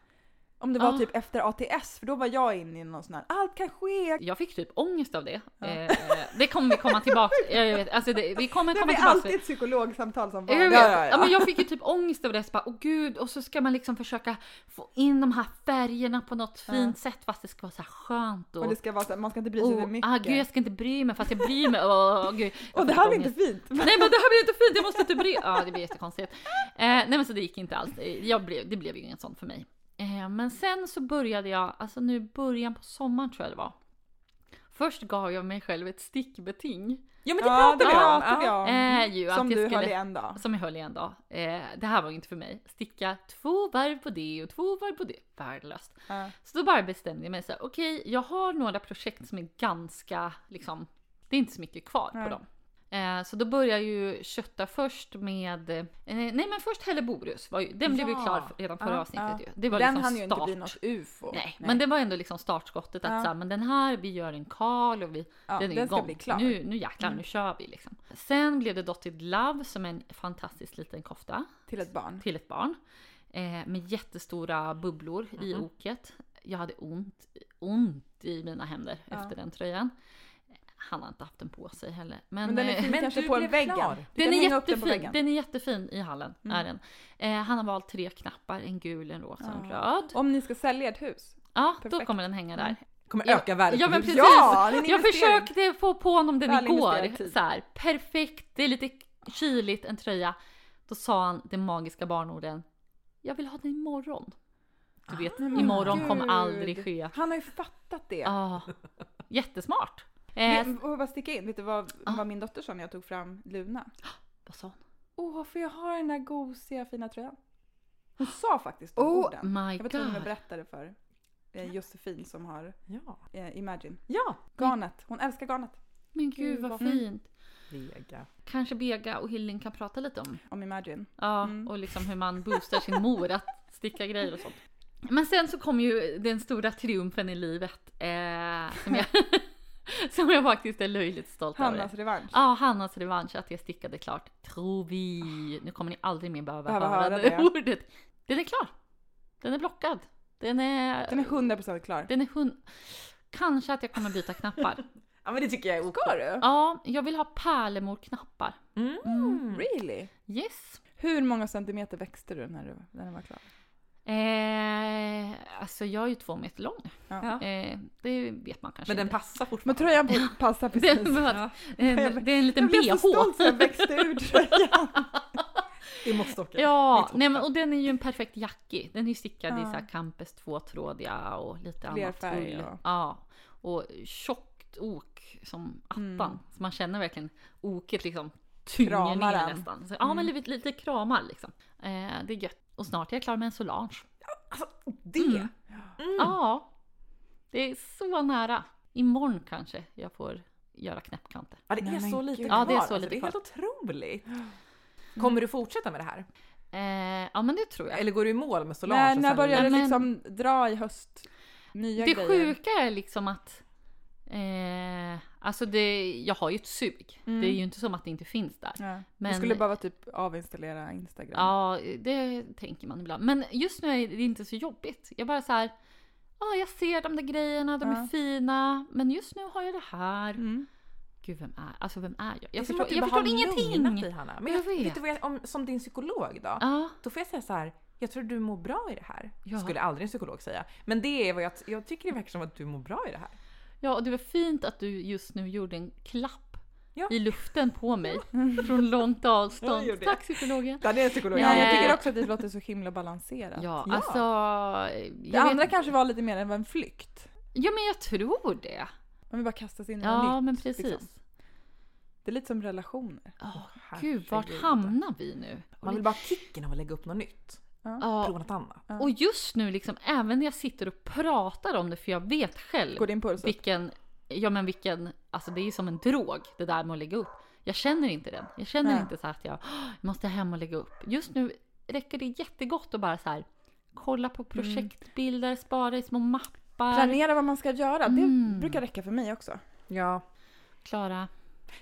B: Om det var
A: Ah.
B: typ efter ATS, för då var jag inne i någon sån här allt kan ske.
A: Jag fick typ ångest av det. Eh, det kommer vi komma tillbaka till. Alltså det, vi kommer
B: Det
A: komma
B: blir
A: tillbaka
B: alltid
A: till.
B: ett psykologsamtal som
A: Jag,
B: vanligt.
A: vet, ja, men jag fick ju typ ångest över det. Så bara, åh gud, och så ska man liksom försöka få in de här färgerna på något
B: Ja.
A: fint sätt fast det ska vara så här skönt och...
B: Och det ska vara så här, man ska inte bry sig för
A: Oh,
B: mycket.
A: ah, gud, jag ska inte bry mig fast jag bryr mig. Åh, gud. Jag
B: och det
A: fick
B: här blir
A: ångest.
B: inte fint.
A: Nej men det här blir inte fint, jag måste inte bry Ja det blir jättekonstigt. Eh, nej men så det gick inte alls. Eh, Jag blev, det blev ju inget sånt för mig. Eh, men sen så började jag, alltså nu i början på sommaren tror jag det var. Först gav jag mig själv ett stickbeting.
C: Ja, men det
B: Ja, det
C: pratar vi om.
B: pratar vi
C: Ja.
B: om.
A: Eh, ju,
B: Som
A: att
B: du
A: jag
B: höll i
A: skulle,
B: en dag.
A: som jag höll i en dag. Eh, det här var ju inte för mig. Sticka två varv på det och två varv på det. Värdelöst.
B: Ja.
A: Så då bara bestämde jag mig så här, okej jag har några projekt som är ganska liksom, det är inte så mycket kvar
B: Nej.
A: på dem. Eh, så då börjar ju kötta först med, eh, nej men först Helleborus, var ju, den blev ju
C: Ja.
A: klar förra redan förra
B: Ja,
A: avsnittet
B: ja.
A: ju. Det var
B: den
A: liksom
B: hann ju inte
A: start.
B: bli något UFO.
A: Nej, men det var ändå liksom startskottet att
B: Ja.
A: så här, men den här, vi gör en karl och vi,
B: ja,
A: den är
B: den ska
A: igång.
B: bli klar.
A: Nu, nu jäklar,
B: Mm.
A: nu kör vi liksom. Sen blev det Dotted Love som en fantastisk liten kofta
B: Till ett barn.
A: till ett barn. Eh, med jättestora bubblor i
B: Mm-hmm.
C: Mhm.
A: oket. Jag hade ont, ont i mina händer
B: Ja.
A: efter den tröjan. Han har inte haft den på sig heller. Men,
B: Men den är
A: eh,
B: fin
C: Men
B: kanske
C: du
B: på
C: blev
B: väggen.
C: klar.
B: Du
A: den
B: kan
A: är
B: hänga upp den på
A: jättefin. Den,
B: väggen.
A: är jättefin i hallen.
B: Mm.
A: Är den. Eh, han har valt tre knappar, en gul, en rosa och en
B: Ja.
A: röd.
B: Om ni ska sälja ett hus.
A: Ja, då
B: perfekt. Mm.
A: kommer den hänga där.
C: Kommer
A: Ja,
C: öka värdet
A: ja,
C: på
A: men
C: huset.
A: Precis.
B: Ja, det är en
A: Jag
B: investering.
A: försökte få på honom den
B: Väl investerad
A: igår.
B: tid.
A: Så här, perfekt, det är lite kyligt, en tröja. Då sa han de magiska barnorden. Jag vill ha den imorgon. Du vet,
B: Nej, men
A: imorgon kommer
B: Ah, gud.
A: aldrig ske.
B: Han har ju fattat det.
A: Ah, jättesmart. Eh,
B: Vet- Och bara sticka in, vet du vad,
A: Ja.
B: vad min dotter sa när jag tog fram Luna?
A: vad sa hon?
B: Åh, för jag har den där gosiga fina tröjan. Hon sa faktiskt de
A: Oh
B: orden.
A: my
B: Jag var tvungen att
A: god.
B: berätta det för eh, Josefin som har
C: Ja.
B: eh, Imagine.
C: ja.
B: Garnet, hon älskar garnet.
A: Men gud vad
B: vad
A: fint.
C: Vega.
A: Kanske Bega och Hylling kan prata lite om.
B: Om Imagine.
A: Ja,
B: Mm.
A: och liksom hur man boostar sin mor att sticka grejer och sånt. Men sen så kom ju den stora triumfen i livet. Eh, som, jag, som jag faktiskt är löjligt stolt över.
B: Hannas revansch.
A: Ja, Hannas revansch att jag stickade klart. Tror vi. Nu kommer ni aldrig mer behöva
B: Behöva
A: höra
B: höra
A: det
B: det.
A: ordet. Den är klar. Den är blockad. Den är...
B: Den är 100% klar.
A: Den är hund... Kanske att jag kommer byta knappar.
C: Ja men det tycker jag är okej.
B: Ska du?
A: Ja, jag vill ha pärlemorknappar.
C: Mm.
B: Really?
A: Yes.
B: Hur många centimeter växte du när, du, när den var klar?
A: Eh, alltså jag är ju två meter lång.
C: Ja.
A: Eh, det vet man kanske
C: Men den
A: inte.
C: passar
B: Men
C: fortfarande.
B: tröjan på- passar precis.
A: Den behövs. en, det är en liten
B: jag blev så
A: bh.
B: stolt när jag växte ur tröjan.
C: Det måste åka.
A: Ja,
C: Det är
A: nej, men, och den är ju en perfekt jacki. Den är ju stickad i
B: Ja.
A: så här campes tvåtrådiga och lite
B: Fler
A: annat
B: färger,
A: ull.
B: ja.
A: Ja. Och tjockt ok som attan.
B: Mm.
A: Så man känner verkligen oket liksom tynger
B: Kramar
A: ner
B: den. Mm.
A: nästan. Så, ja men lite, lite kramar liksom. Eh, det är gött. Och snart är jag klar med en Solange.
C: Det.
A: Mm. Ja. Det är så nära. Imorgon kanske jag får göra knäppkanter.
C: Ja det
B: Nej,
C: är
B: men
C: så
B: gud.
C: lite
B: Ja,
C: kvar.
A: det är så
C: alltså,
A: lite
C: det är helt otroligt. Kommer du fortsätta med det här?
A: Eh, ja men det tror jag.
C: Eller går du i mål med
B: när
C: Solange? och
B: när
C: sen-
B: började det
A: men-
B: liksom dra i höst? Nya
A: Det
B: grejer?
A: sjuka är liksom att eh, Alltså det, jag har ju ett sug.
B: Mm.
A: Det är ju inte som att det inte finns där.
B: Ja.
A: Men-
B: Men... skulle bara typ avinstallera Instagram.
A: Ja, det tänker man ibland. Men just nu är det inte så jobbigt. Jag bara så här, ja jag ser de där grejerna, de är
B: Ja.
A: fina. Men just nu har jag det här.
B: Mm.
A: Gud, vem är, alltså vem är jag?
C: Det är
A: Jag
C: som
A: förstår,
C: att du
A: jag
C: bara har
A: förstår
C: lugnat
A: ingenting.
C: Dig, Hanna. Men
A: Jag
C: jag,
A: vet.
C: Vet du vad jag, om, som din psykolog då?
A: Ja,
C: Då får jag säga så här. Jag tror du mår bra i det här.
A: Ja.
C: Skulle aldrig en psykolog säga. Men det är vad jag, jag tycker det verkar som att du mår bra i det här.
A: ja, och det var fint att du just nu gjorde en klapp
C: Ja.
A: i luften på mig från långt avstånd.
C: gjorde det.
A: Tack psykologen.
C: Ja, det är en psykolog.
B: Ja,
A: Eh.
B: jag tycker också att det låter så himla balanserat.
A: Ja,
C: Ja.
A: alltså.
B: det
A: jag vet
B: andra kanske var lite mer än en flykt.
A: Ja men jag tror det.
B: Man vill bara kasta sig in i något
A: Ja
B: nytt.
A: men precis.
B: liksom. Det är lite som relationer.
A: Åh,
C: Herregud.
A: Gud vart hamnar vi nu?
C: Man vill bara ha kicken av att lägga upp något nytt. Prova
A: Ja,
C: något annat.
A: och just nu liksom även när jag sitter och pratar om det för jag vet
B: Går alltså?
A: själv
B: din puls upp?
A: vilken, ja men vilken, alltså det är ju som en drog det där med att lägga upp. Jag känner inte den. Jag känner
B: Nej.
A: inte så här att jag "Åh, jag måste hem och lägga upp. Just nu räcker det jättegott att bara så här kolla på projektbilder, spara i små mappar.
B: Planera vad man ska göra.
A: Mm.
B: Det brukar räcka för mig också.
C: Ja.
A: Klara,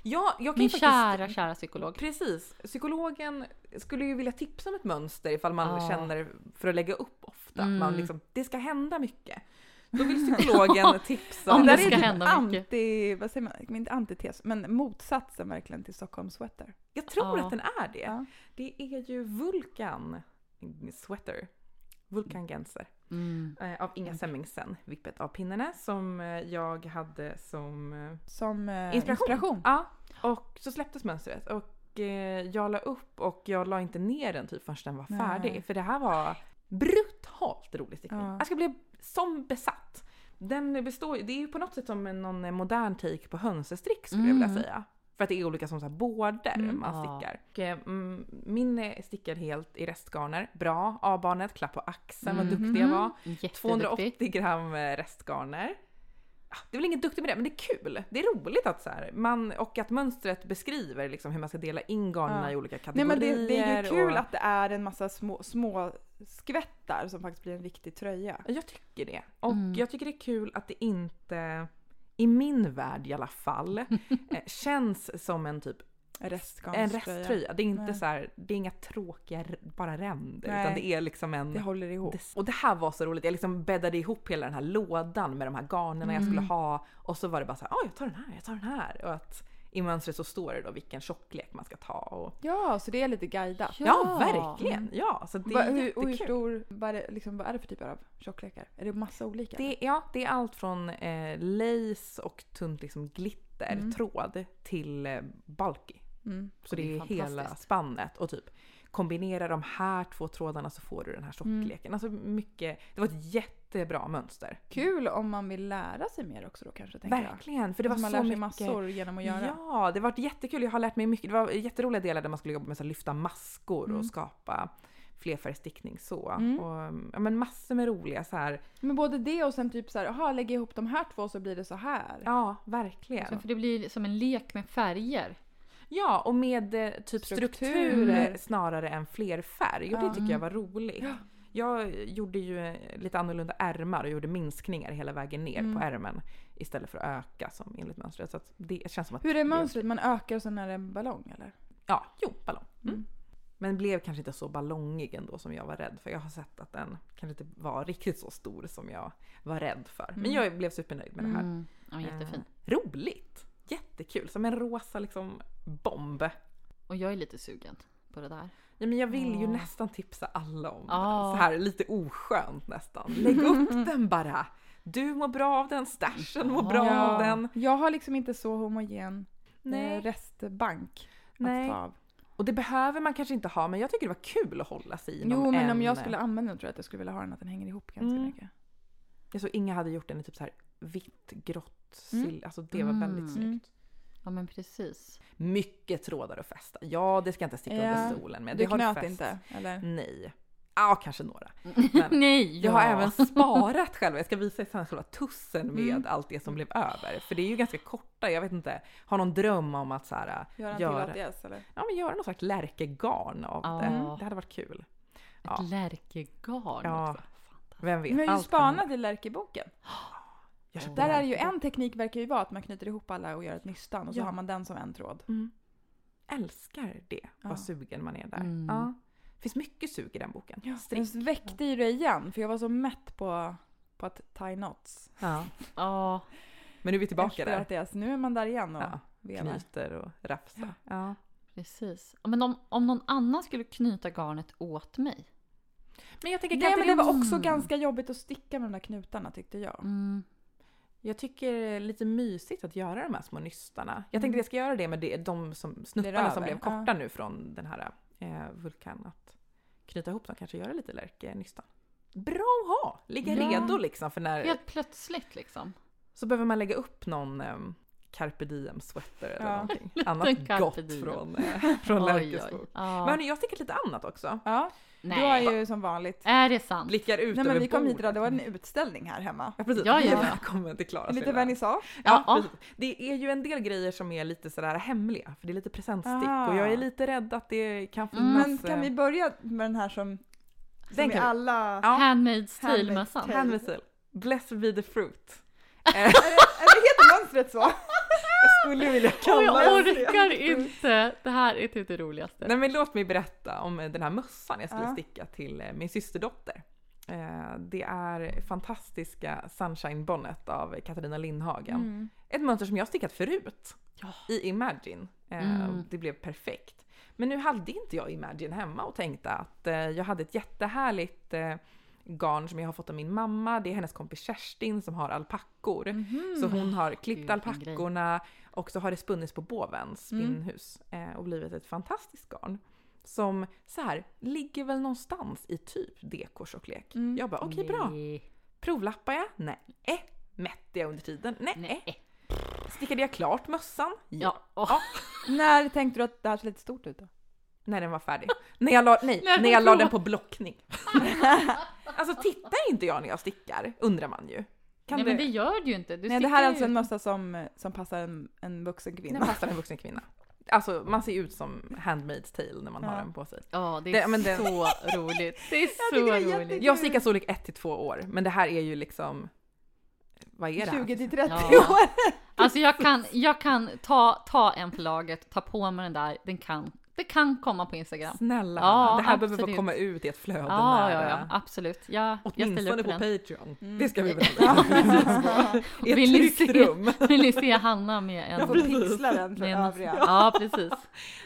C: Ja, jag kan ju
A: min
C: faktiskt...
A: kära, kära psykolog.
C: Precis. Psykologen skulle ju vilja tipsa om ett mönster ifall man
A: Ja.
C: känner för att lägga upp ofta.
A: Mm.
C: Man liksom, det ska hända mycket. Då vill psykologen tipsa
A: Om
C: om
B: Det
A: det
B: där
A: ska
B: är typ
A: hända mycket.
B: anti, vad säger man, inte antites, men motsatsen verkligen till Stockholm Sweater.
C: Jag tror
A: Ja.
C: att den är det.
B: Ja.
C: Det är ju Vulkan Sweater. Vulkan Genser.
A: Mm.
C: Eh, av Inga Semmingsen. Vippet av pinnarna som eh, jag hade som eh,
B: Som eh,
C: Inspiration.
B: inspiration.
C: Ja, och så släpptes mönstret och eh, jag la upp och jag la inte ner den typ förrän den var
B: Nej.
C: färdig. För det här var brutalt rolig stickning. Alltså
B: Ja.
C: Jag ska bli som besatt. Den består, det är ju på något sätt som en, någon modern take på hönsestrick skulle jag
A: Mm.
C: vilja säga. För att det är olika som så här båder
B: Mm.
C: man
A: Ja.
C: stickar. Och, eh, mm, min är stickad helt i restgarner. Bra. A-barnet, klapp på axeln, vad duktig jag
A: Mhm.
C: var.
A: Mm. Jätteduktig.
C: 280 gram eh, restgarner. ah, det är väl ingen duktig med det, men det är kul. Det är roligt att så här, man, och att mönstret beskriver liksom hur man ska dela in garnerna
B: Ja.
C: i olika
B: Nej
C: kategorier.
B: men det, det är ju kul
C: och,
B: att det är en massa små, små skvättar som faktiskt blir en viktig tröja.
C: Ja, Jag tycker det. Och
A: Mm.
C: jag tycker det är kul att det inte, i min värld i alla fall, eh, känns som en typ
B: En
C: en
B: restgarnströja.
C: resttröja. Det är inte
B: Nej.
C: så här, det är inga tråkiga r- bara ränder
B: Nej.
C: utan det är liksom en...
B: Det håller ihop.
C: Des- Och det här var så roligt. Jag liksom bäddade ihop hela den här lådan med de här garnerna jag
B: Mm.
C: skulle ha och så var det bara så här, ah, jag tar den här, jag tar den här. Och att i mönstret så står det då vilken tjocklek man ska ta. Och...
B: Ja, så det är lite guidat.
A: Ja.
C: Ja. verkligen! Ja, så det
B: Va,
C: är
B: hur, och hur
C: jättekul.
B: stor, vad är, det, liksom, vad är det för typer av tjocklekar? Är det massa olika?
C: Det, ja, det är allt från eh, lace och tunt liksom glitter, tråd till eh, bulky.
B: Mm.
C: Så
A: Det är
C: det är hela
A: fantastiskt.
C: spannet och typ kombinera de här två trådarna så får du den här
B: Mm.
C: tjockleken. Alltså mycket, det var ett jättebra mönster.
B: Kul om man vill lära sig mer också då kanske, tänker jag.
C: Verkligen! För det var
B: Alltså, man
C: så
B: lär sig
C: mycket.
B: massor genom att göra.
C: Ja, det var jättekul. Jag har lärt mig mycket. Det var jätteroliga delar där man skulle jobba med att lyfta maskor
B: Mm.
C: och skapa flerfärgstickning så. Och, ja, men massor med roliga så här.
B: Men både Mm. det och sen typ så här, jaha, lägger jag ihop de här två så blir det så här.
C: Ja, verkligen.
A: För det blir som en lek med färger.
C: Ja, och med eh, typ
B: Strukturer.
C: strukturer, snarare än flerfärg. Och
B: Ja.
C: det tycker jag var roligt. Jag gjorde ju eh, lite annorlunda ärmar och gjorde minskningar hela vägen ner
B: Mm.
C: på ärmen istället för att öka som enligt mönstret. Så att det känns som att
B: Hur är
C: det-
B: mönstret? Man ökar och sen är det en ballong eller?
C: Ja, jo, ballong. Mm.
B: Mm.
C: Men blev kanske inte så ballongig ändå som jag var rädd för. Jag har sett att den kanske inte var riktigt så stor som jag var rädd för. Men jag blev supernöjd med det här.
A: Mm. Ja, jättefin.
C: Eh, roligt! Jättekul! Som en rosa liksom bomb.
A: Och jag är lite sugen på det där.
C: Ja, men jag vill ju
A: Ja.
C: nästan tipsa alla om
A: Ja.
C: den. Så här lite oskönt nästan. Lägg upp den bara! Du mår bra av den, stashen mår bra
B: Ja.
C: av den.
B: Jag har liksom inte så homogen Nej.
C: Nej.
B: restbank
C: Nej.
B: att ta av.
C: Och det behöver man kanske inte ha men jag tycker det var kul att hålla sig inom
B: Jo, men
C: en...
B: om jag skulle använda den tror jag att jag skulle vilja ha den att den hänger ihop ganska
C: Mm.
B: mycket.
C: Jag såg Inga hade gjort den i typ så här vitt, grått,
B: Mm.
C: sill... Alltså det var
A: Mm.
C: väldigt snyggt.
A: Ja men precis.
C: Mycket trådar att fästa. Ja, det ska jag inte sticka
B: Ja.
C: under stolen med.
B: Du
C: det har
B: knöt
C: fäst.
B: inte, eller?
C: Nej. Ja, kanske några. Men-
A: Nej!
C: Jag har även sparat själva. Jag ska visa er sen själva tussen med
B: Mm.
C: allt det som blev över. För det är ju ganska korta. Jag vet inte. Har någon dröm om att så här,
B: Gör den
C: Gör-
B: till ATS eller?
C: ja, men göra någon slags lärkegarn av
A: Ja.
C: det. Det hade varit kul. Ja.
A: Ett lärkegarn
C: Ja.
A: också. Fantastiskt.
C: Vem vet?
B: Men jag har ju
C: allt kan
B: spanat i lärkeboken.
C: hända. Jag köpte
B: Där är
C: lärke.
B: ju en teknik verkar ju vara att man knyter ihop alla och gör ett nystan och så
C: Ja.
B: har man den som en tråd.
C: Mm. Älskar det.
B: Ja.
C: Vad sugen man är där.
A: Mm.
C: Ja. finns mycket sug i den boken.
B: Den
C: Strick.
B: väckte ju det igen för jag var så mätt på, på att tie knots.
C: Ja.
A: Ja.
C: Men nu är vi tillbaka
B: Efter
C: där.
B: ATS. Nu är man där igen och
C: Ja.
B: vevar.
C: Knyter och rafsar. Ja.
A: Precis. Ja, Men om, om någon annan skulle knyta garnet åt mig.
C: Men jag tänker, kan
B: Nej
C: inte
B: men det
C: det-
B: var också ganska jobbigt att sticka med de där knutarna tyckte jag.
A: Mm.
C: Jag tycker det är lite mysigt att göra de här små nystarna. Jag tänkte
B: Mm.
C: jag ska göra det med det, de som,
B: Blir över,
C: snuttarna som blev korta
B: ja.
C: nu från den här eh, vulkan. Att knyta ihop dem, kanske göra lite lärkenystan. Bra att ha! Ligga
A: Ja.
C: redo liksom för när...
A: Helt plötsligt liksom.
C: Så behöver man lägga upp någon eh, carpe diem sweater eller
B: Ja.
C: någonting. Annat
A: carpe
C: gott
A: diem.
C: från, eh, från lärkesbok. Men
A: Ja.
C: hörni, jag har stickat lite annat också.
B: Ja,
A: Nej.
B: du har ju som vanligt.
A: Är det sant?
C: Blickar
B: Nej
C: ut
B: men
C: över
B: vi kom hit
C: bordet.
B: idag, det var en utställning här hemma.
C: Ja, precis.
A: Ja,
C: Ni är
A: ja.
C: Välkommen till Klaras
B: Lite
C: lilla-
B: vernissage.
A: Ja,
C: Ja,
A: ja.
C: precis. Det är ju en del grejer som är lite sådär hemliga, för det är lite presentstick
B: Ah.
C: och jag är lite rädd att det kan
A: Mm.
C: finnas... eh,
B: Men kan vi börja med den här som, som
C: Den
B: är
C: kan vi-
B: alla...
C: Ja.
A: Handmaid's
B: Handmaid's
A: Tale-mössan.
B: Tale.
C: Handmissile. Blessed be the fruit.
B: Är, det, är det heter mönstret så?
C: Jag skulle vilja
A: Åh,
C: kalla
A: jag
C: den
A: orkar inte! Det här är typ det roligaste.
C: Nej men låt mig berätta om eh, den här mössan jag skulle
A: Ah.
B: Ja.
C: sticka till eh, min systerdotter. Eh, Det är fantastiska Sunshine Bonnet av Katarina Lindhagen. Ett mönster som jag har stickat förut
A: Mm. Ja.
C: i Imagine. Eh,
A: Mm.
C: Det blev perfekt. Men nu hade inte jag Imagine hemma och tänkte att eh, jag hade ett jättehärligt eh, garn som jag har fått av min mamma. Det är hennes kompis Kerstin som har alpackor. Så hon har klippt
A: Gud, vilken
C: alpackorna och så har det spunnits på Bovens
B: Mm.
C: spinnhus eh, och blivit ett fantastiskt garn. Som så här ligger väl någonstans i typ dekotjocklek.
B: Mm.
C: Jag bara okej bra.
A: Nej.
C: Provlappar jag? Nej. Eh. Mätte jag under tiden? Nej. Eh.
A: Nej.
C: Stickade jag klart mössan?
A: Ja. åh.
C: Ja.
B: När tänkte du att det här ser lite stort ut då?
C: När den var färdig. när jag la, nej,
A: Nej,
C: när jag la
A: förlåt.
C: den på blockning. alltså tittar inte jag när jag stickar? Undrar man ju. Kan
A: Nej men det
C: det...
A: gör du ju inte. Du
B: Nej, det här
A: sticker
B: är alltså en
A: ut.
B: mössa som, som passar en, en vuxen kvinna.
C: Den passar en vuxen kvinna. Alltså man ser ut som Handmaid's tale när man
B: Ja.
C: har den på sig.
A: Ja det är
C: Det- men den-
A: så roligt. Det är
B: tycker det
A: så
B: är
A: roligt.
B: jättekul.
C: Jag stickar storlek 1 till 2 år, men det här är ju liksom... Vad är det här?
B: 20 till 30
A: Ja.
B: år!
A: Alltså jag kan, jag kan ta, ta en på laget, ta på mig den där, den kan, det kan komma på Instagram.
C: Snälla,
A: Ja,
C: Hanna, det här behöver
A: absolut.
C: få komma ut i ett flöde
A: Ja,
C: nära.
A: ja, ja, absolut. Ja, jag ställer
C: eh, Åtminstone
A: upp
C: på
A: på den.
C: Patreon.
B: Mm.
C: Det ska vi väl I
A: Vill
C: ett
A: ni
C: tryggt
A: se?
C: rum.
A: Vill ni se Hanna med
B: Jag får
A: en...
B: pixla den för
A: Med en
B: övriga.
A: ja, precis.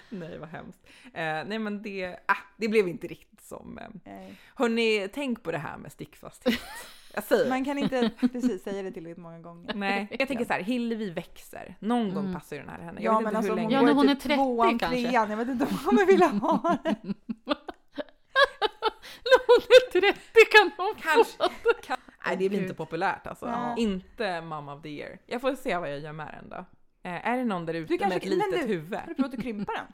C: Nej, vad hemskt. Eh, nej, men det, ah, det blev inte riktigt som... Eh.
B: Nej.
C: Hörni, tänk på det här med stickfasthet. Jag säger
B: Man kan inte precis säga det tillräckligt många gånger.
C: Nej, jag tänker så här, Hillevi växer. Någon gång
A: Mm.
C: passar ju den här henne. Jag vet inte hur
B: om
C: länge.
A: Ja,
B: går
A: när
B: i
A: hon är
B: typ
A: 30
B: tvåan,
A: kanske.
B: trean, jag vet inte om hon kommer vilja ha det.
A: När hon är 30 kan hon
C: Kanske.
A: få.
C: Kan... Nej, det blir
A: Gud.
C: inte populärt alltså.
B: Ja.
C: Inte mom of the year. Jag får se vad jag gör med den då. Eh, är det någon där ute med
B: kanske-
C: ett
B: men
C: litet
B: du-
C: huvud?
B: Har du provat att krympa den?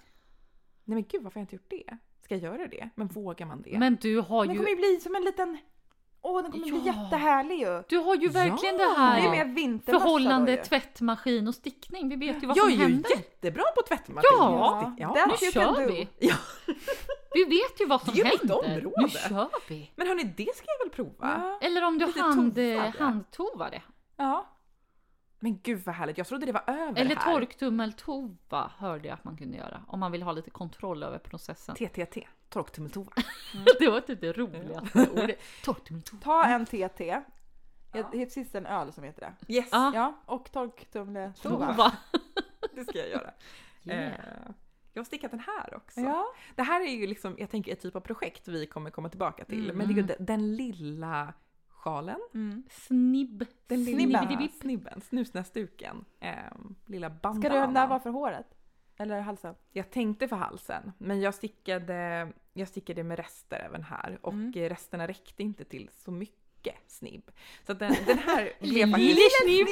C: Nej men gud, varför har jag inte gjort det? Ska jag göra det? Men vågar man det?
A: Men du har
B: Den kommer
A: ju,
B: ju bli som en liten... Åh, den kommer bli
A: Ja.
B: jättehärlig ju!
A: du har ju verkligen
C: Ja.
A: det
B: Det är
A: här
B: mer vintermassa
A: förhållande
B: då ju.
A: tvättmaskin och stickning. Vi vet ju vad
C: jag
A: som
C: är ju
A: händer.
C: jättebra på tvättmaskin.
A: Ja.
C: ja.
B: Där
A: Nu
B: you
A: kör
B: can do.
A: vi!
C: Ja.
A: Vi vet ju vad som
C: Det är ju mitt
A: händer.
C: område.
A: Nu kör vi!
C: Men hörni, det ska jag väl prova?
B: Ja.
A: Eller om du
C: Lite
A: hand,
C: tovade.
A: handtovar det.
C: Ja. Men gud vad härligt, jag trodde det var över
A: Eller
C: det här.
A: torktummeltova hörde jag att man kunde göra. Om man vill ha lite kontroll över processen.
C: TTT, torktummeltova. Mm.
A: Det var typ det roligaste ordet. Torktummeltova.
B: Ta en TT. Ja. Det finns en öl som heter det.
C: Yes,
A: Ja.
B: Ja, och torktumle
A: Tova.
C: det ska jag göra.
A: Yeah.
C: Eh, jag har stickat den här också.
B: Ja.
C: Det här är ju liksom, jag tänker ett typ av projekt vi kommer komma tillbaka till.
A: Mm.
C: Men det är ju den, den lilla sjalen.
B: Mm.
A: Snibb.
C: Den lilla
B: Snibben.
A: Snibbidibipp.
C: snibben, snusnäsduken. ehm, lilla bandanan.
B: Ska du den där vara för håret? Eller halsen?
C: Jag tänkte för halsen, men jag stickade, jag stickade med rester även här och
B: Mm.
C: eh, resterna räckte inte till så mycket snibb. Så att den, den här blev
A: Lille
C: faktiskt...
A: snibb.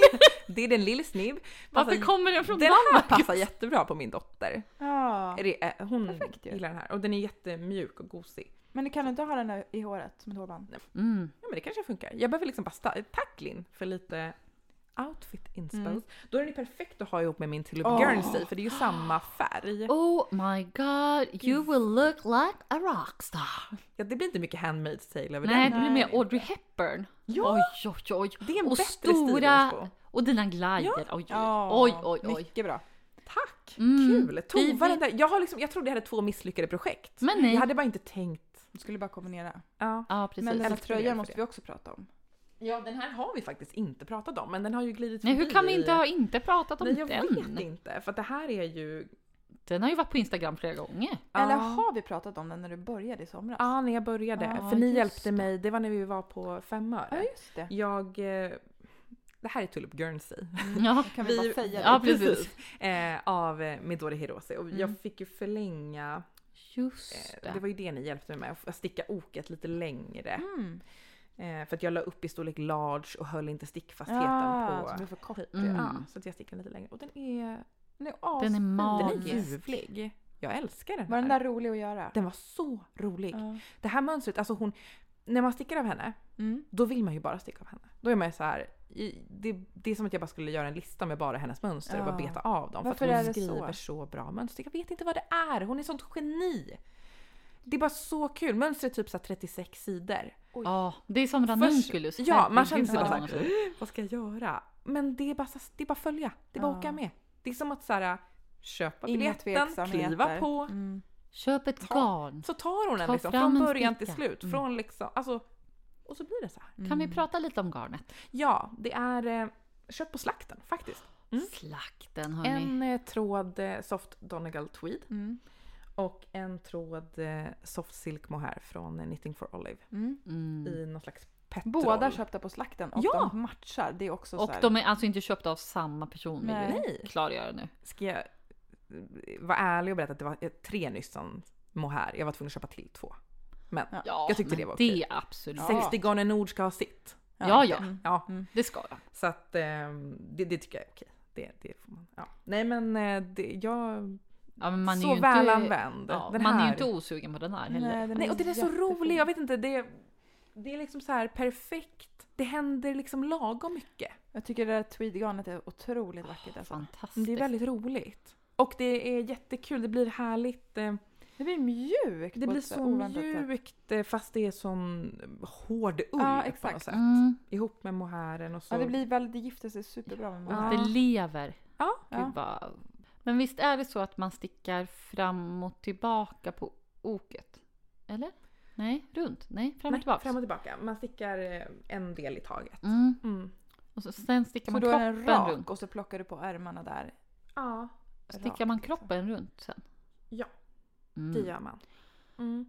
C: Det är den lille snibb.
A: Varför kommer den från
C: alltså, den här
A: Danmark?
C: passar jättebra på min dotter.
B: Ja.
C: Re- eh, Hon
B: Perfekt ju.
C: gillar den här och den är jättemjuk och gosig.
B: Men kan du inte ha den där i håret som ett hårband?
A: Mm.
C: Ja men det kanske funkar. Jag behöver liksom bara sta- tack Linn för lite outfit inspo.
B: Mm.
C: Då är den ju perfekt att ha ihop med min Tulip
B: Åh.
C: Guernsey för det är ju samma färg.
A: Oh my god, you will look like a rockstar.
C: Ja, det blir inte mycket Handmaid's Tale över
A: Nej,
C: den.
A: det blir mer Audrey Hepburn.
C: Ja.
A: Oj, oj, oj.
C: Det är en
A: och
C: bättre
A: stora-
C: stil på.
A: Och dina glider. Oj,
B: Ja.
A: oj, oj, oj.
B: Mycket bra.
C: Tack!
A: Mm.
C: Kul!
A: Vi-
C: Tova
A: vi-
C: den där. Jag, har liksom, jag trodde jag hade två misslyckade projekt.
A: Men nej.
C: Jag hade bara inte tänkt.
B: Du skulle bara kombinera.
C: Ja.
A: Ja, precis.
B: Men den här
C: Eller tröja
B: tröjan
C: för
B: måste
C: det.
B: vi också prata om.
C: ja, den här har vi faktiskt inte pratat om men den har ju glidit
A: Nej, hur
C: förbi
A: kan vi
C: i-
A: inte ha inte pratat om
C: Nej, jag
A: den?
C: vet inte. För att det här är ju...
A: Den har ju varit på Instagram flera gånger.
B: Eller
C: Ja.
B: har vi pratat om den när du började i somras?
C: Ja, när jag började.
A: Ja,
C: för ni
A: just
C: hjälpte
A: det.
C: mig. Det var när vi var på
B: Ja,
C: Femöre.
B: just det.
C: Jag... eh, Det här är Tulip Guernsey.
A: Ja.
B: Kan vi,
C: Vi-
B: bara säga det?
A: Ja, precis.
C: Eh, av eh, Midori Hirose. Och jag fick ju förlänga...
A: Just
C: Eh, det var ju det ni hjälpte mig med. Att sticka oket lite längre.
B: Mm.
C: Eh, för att jag la upp i storlek large och höll inte stickfastheten
B: Ja,
C: på...
B: som Ah, blir för kort.
A: Mm.
C: Ja, så att jag stickade lite längre. Och den är... Den är, as-
A: Den är
C: den är
A: magisk.
C: ljuvlig. Jag älskar den här.
B: Var den där rolig att göra?
C: Den var så rolig.
B: Ja.
C: Det här mönstret, alltså hon... När man stickar av henne,
B: Mm.
C: då vill man ju bara sticka av henne. Då är man ju så här... i- Det, det är som att jag bara skulle göra en lista med bara hennes mönster och bara
B: Ja.
C: beta av dem.
B: Varför
C: för att
B: är
C: hon
B: det så?
C: skriver så? bra mönster. Jag vet inte vad det är. Hon är sånt geni. Det är bara så kul. Mönstret är typ så här 36 sidor.
A: Ja, det är som ranunculus.
C: Först- ja, man känner
A: Herregud,
C: sig bara
A: vad
C: så
A: många som-
C: Vad ska jag göra? Men det är bara, så- det är bara följa. Det är bara
B: Ja.
C: åka med. Det är som att så här, köpa
B: Inga
C: biljetten,
B: tveksamheter.
C: kliva på.
B: Mm.
A: Köp ett
C: Ta-
A: garn.
C: Så tar hon den
A: Ta
C: liksom
A: fram
C: från
A: en
C: början till
A: sticka.
C: slut.
A: Mm.
C: Från liksom, alltså, och så blir det så här.
A: Kan vi prata lite om garnet?
C: Ja, det är eh, kött på slakten faktiskt. Mm.
A: Slakten hörni.
C: En eh, tråd eh, soft Donegal tweed
B: Mm.
C: och en tråd eh, soft silk mohair från eh, Knitting for Olive
B: Mm.
A: Mm.
C: i någon slags petrol.
B: Båda köpta på slakten och
C: Ja.
B: de matchar. Det är också
A: Och
B: så här.
A: de är alltså inte köpta av samma person vill
B: Nej.
A: vi
C: Nej,
A: klargöra nu.
C: ska jag eh, vara ärlig och berätta att det var eh, tre nyssan mohair. Jag var tvungen att köpa till två.
A: Ja,
C: Jag tyckte
A: men
C: det var
A: Det är absolut.
B: Ja.
C: 60 gånger Nord ska ha sitt.
A: Ja, ja.
B: Mm.
C: Ja,
A: Det ska jag.
C: så att eh, det, det tycker jag är okej. Det, det får man. Ja. Nej men eh, det, jag...
A: Ja, men man är
C: så
A: ju inte,
C: väl använd.
A: Ja,
C: Den
A: man är
C: här-
A: ju inte osugen på den här heller.
B: den
C: Nej och den är så
B: jättefin.
C: rolig, jag vet inte. Det, Det är liksom så här perfekt. Det händer liksom lagom mycket.
B: Jag tycker det där tweedgarnet är otroligt
C: Ah,
B: vackert alltså.
A: Fantastiskt.
C: Det är väldigt roligt. Och det är jättekul. Det blir härligt. eh,
B: Det blir mjukt
C: Det
B: på
C: blir
B: ett
C: så
B: oväntat sätt.
C: mjukt eh, fast det är sån hård ull
B: Ja,
C: på
B: exakt.
C: något sätt.
A: Mm,
C: Ihop med mohären och så.
B: Ja, det blir väldigt, det gifter sig superbra med
A: och
B: varandra.
C: Ja.
A: det lever.
C: Ja,
A: Gud,
B: ja.
A: vad... Men visst är det så att man stickar fram och tillbaka på oket? Eller? Nej, runt? Nej, fram och
C: Nej,
A: tillbaka.
C: fram och tillbaka. Man stickar eh, en del i taget.
A: Mm.
C: Mm.
A: Och så, sen stickar
B: Så
A: man
B: då är
A: kroppen
B: den rak
A: runt.
B: och så plockar du på ärmarna där.
C: Ja,
A: Stickar
B: rakt,
A: man
B: liksom.
A: kroppen runt sen?
C: Ja. det
A: Mm.
C: gör man. Mm.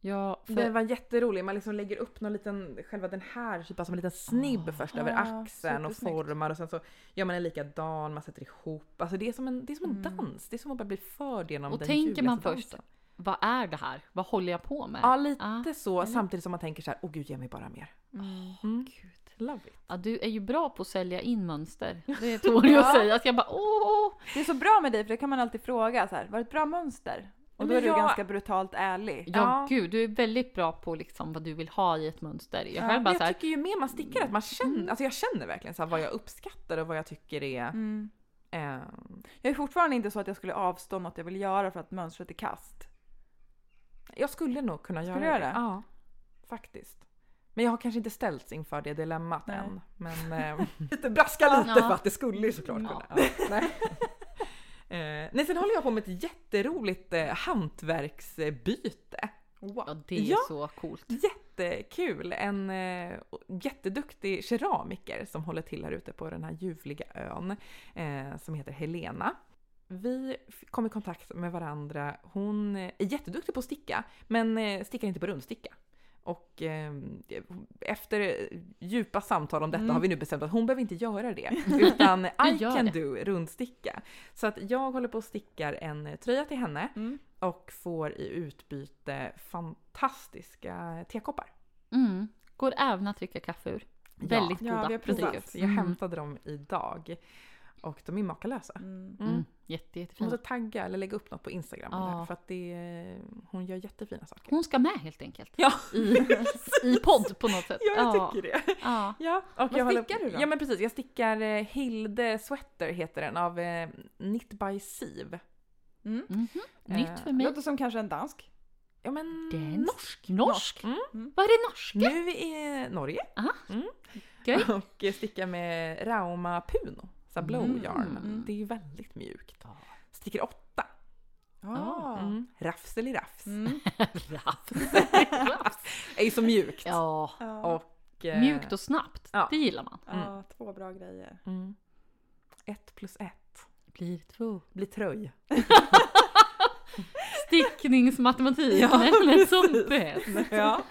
A: Ja, för...
C: Det var jätteroligt. Man liksom lägger upp någon liten, själva den här typ som en liten snibb
A: Ah.
C: först över
B: Ah,
C: axeln och
B: supersnyggt.
C: formar och sen så gör man en likadan, man sätter ihop. Alltså det är som en, det är som en
B: Mm.
C: dans. Det är som att bara bli förd genom
A: Och
C: den
A: tänker man
C: ljuvligaste
A: först,
C: dansen.
A: vad är det här? Vad håller jag på med?
C: Ja, lite
A: Ah,
C: så. Samtidigt som man tänker så här, åh gud ge mig bara mer.
B: Mm.
C: Mm.
A: Gud.
C: Love it.
A: Ja, du är ju bra på att sälja in mönster. Det tål ju att
B: Ja.
A: säga. Så jag bara åh!
B: Det är så bra med dig för det kan man alltid fråga så här, var det ett bra mönster? Och
C: Men
B: då är du
C: jag-
B: ganska brutalt ärlig.
A: Ja,
C: Ja.
A: gud, du är väldigt bra på liksom vad du vill ha i ett mönster. Jag
B: Ja,
A: själv
C: Men
A: bara så
C: jag
A: här,
C: tycker ju mer man stickar att man
A: Mm.
C: känner, alltså jag känner verkligen så här vad jag uppskattar och vad jag tycker är
B: Mm.
C: eh,
B: Jag är fortfarande inte så att jag skulle avstå något jag vill göra för att mönstret är kast.
C: Jag skulle nog kunna
B: Skulle du göra
C: göra
B: det?
C: Ja, faktiskt. Men jag har kanske inte ställts inför det dilemmat
B: Nej.
C: än. Men eh, lite braska lite
A: Ja.
C: för att det skulle ju såklart
A: Ja.
C: kunna. Ja. Nej. Eh, nej, sen håller jag på med ett jätteroligt eh, hantverksbyte.
A: ja det är
C: Ja.
A: så coolt.
C: Jättekul! En eh, jätteduktig keramiker som håller till här ute på den här ljuvliga ön eh, som heter Helena. Vi f- kom i kontakt med varandra. Hon eh, är jätteduktig på att sticka men eh, stickar inte på rundsticka. Och eh, efter eh, djupa samtal om detta
A: Mm.
C: har vi nu bestämt att hon behöver inte göra det. Utan I
A: gör
C: can
A: det.
C: do rundsticka. Så att jag håller på och stickar en eh, tröja till henne
B: Mm.
C: och får i utbyte fantastiska tekoppar.
A: Mm. Går även att dricka kaffe ur. Väldigt
B: Ja,
A: goda.
B: vi har precis-
A: dricker.
C: Precis. Jag
A: Mm.
C: hämtade dem idag och de är makalösa.
B: Mm.
C: Mm.
A: Mm. Jätte,
C: Jag
A: jättefint.
C: måste tagga eller lägga upp något på Instagram om det här,
A: Ja.
C: för att det, är- hon gör jättefina saker.
A: Hon ska med helt enkelt.
C: Ja.
A: I, I podd på något sätt.
C: Ja, jag tycker det.
A: ja.
C: Ja, och
B: Vad
C: jag håller-
B: stickar du då?
C: Ja men precis, jag stickar eh, Hilde Sweater heter den av eh, Knit by Siv.
B: Mm.
A: Mhm. Nytt
C: Eh,
A: för mig.
B: Låter som kanske en dansk.
C: Ja men
A: Den-
C: norsk.
A: Norsk?
C: Mm.
B: Mm.
A: Vad är det norska?
C: Nu är Norge.
A: Aha.
C: Mm.
A: Gött.
C: Och eh, stickar med Rauma Puno. Så här blow
B: Mm.
C: yarn.
B: Mm.
C: Det är ju väldigt mjukt.
A: Ja.
C: Sticker åtta.
B: Ah.
C: Mm. Rafselirafs.
B: Mm.
A: Raps.
C: Det är ju så mjukt.
A: ja,
B: Ja.
C: Och, eh,
A: mjukt och snabbt.
C: Ja.
A: Det gillar man.
B: Ja, två bra grejer.
C: Mm. Ett plus ett.
A: Blir två.
C: Blir tröj.
A: Stickningsmatematik.
C: Ja,
A: Nej, men som
C: precis.
A: bäst.
C: ja.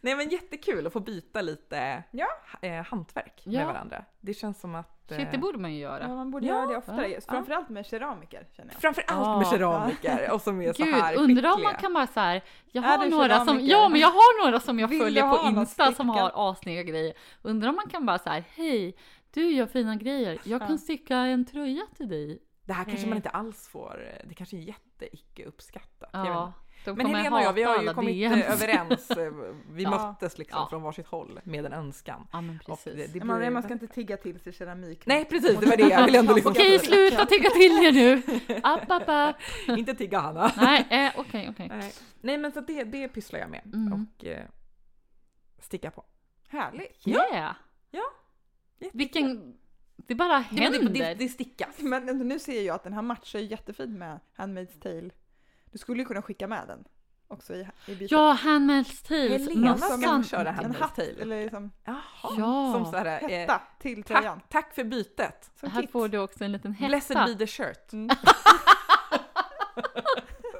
C: Nej men jättekul att få byta lite
B: Ja.
C: ha- eh, hantverk
A: Ja.
C: med varandra. Det känns som att... eh,
A: Shit, det borde man ju göra.
B: Ja, man borde
C: Ja.
B: göra det oftare.
A: Ja.
B: Framförallt med keramiker känner jag.
C: Framförallt
A: Ja.
C: med keramiker och som är så här
A: Gud, undrar om man
C: skickliga.
A: kan bara så här. Jag
B: Är
A: har
B: du
A: några som,
B: keramiker?
A: ja men jag har några som jag
B: Vill
A: följer
B: du
A: på
B: ha något
A: Insta som har
B: stickat?
A: assnygga grejer. Undrar om man kan bara så här, hej, du gör fina grejer, jag kan
B: Ja.
A: sticka en tröja till dig.
C: Det här kanske
B: Mm.
C: man inte alls får. Det kanske är jätte icke uppskattat. Jag vet
A: Ja,
C: inte.
A: de
C: Men
A: kommer
C: Helena och jag, vi
A: hata
C: har ju
A: alla
C: kommit
A: DMs.
C: eh, överens. eh, Vi
A: Ja.
C: möttes liksom
A: Ja.
C: från varsitt håll med en önskan.
A: Ja men
C: Och
A: precis.
C: det- det
B: Man,
C: blir-
B: man ska inte tigga till sig keramik.
C: Nej precis, det var det jag ville ändå liksom
A: Okej,
C: säga.
A: sluta tycka till er nu! App, app, app.
C: Inte tigga Hanna.
A: Nej, eh, okej, okej.
C: Nej. Nej men så det, det pysslar jag med
A: Mm.
C: och eh, sticka på.
B: Härligt.
A: Yeah!
C: Ja. Jättekul.
A: Vilken... Det bara
C: Det, typ
A: händer.
C: det, det, det stickas.
B: Men nu ser jag att den här matchar ju jättefint med Handmaid's Tale. Du skulle ju kunna skicka med den också i, i bytet.
A: Ja, Handmaid's Tales.
C: Helena ska
A: mössan.
C: köra
B: en
C: Handmaid's
B: hatt
C: Tale.
B: eller liksom
C: Jaha.
A: Ja.
C: Som så här, eh,
B: hetta till tröjan.
C: tack, tack för bytet.
B: Som
A: Här
B: kit.
A: får du också en liten
C: Blessed
A: hetta.
C: be the shirt.
B: Mm.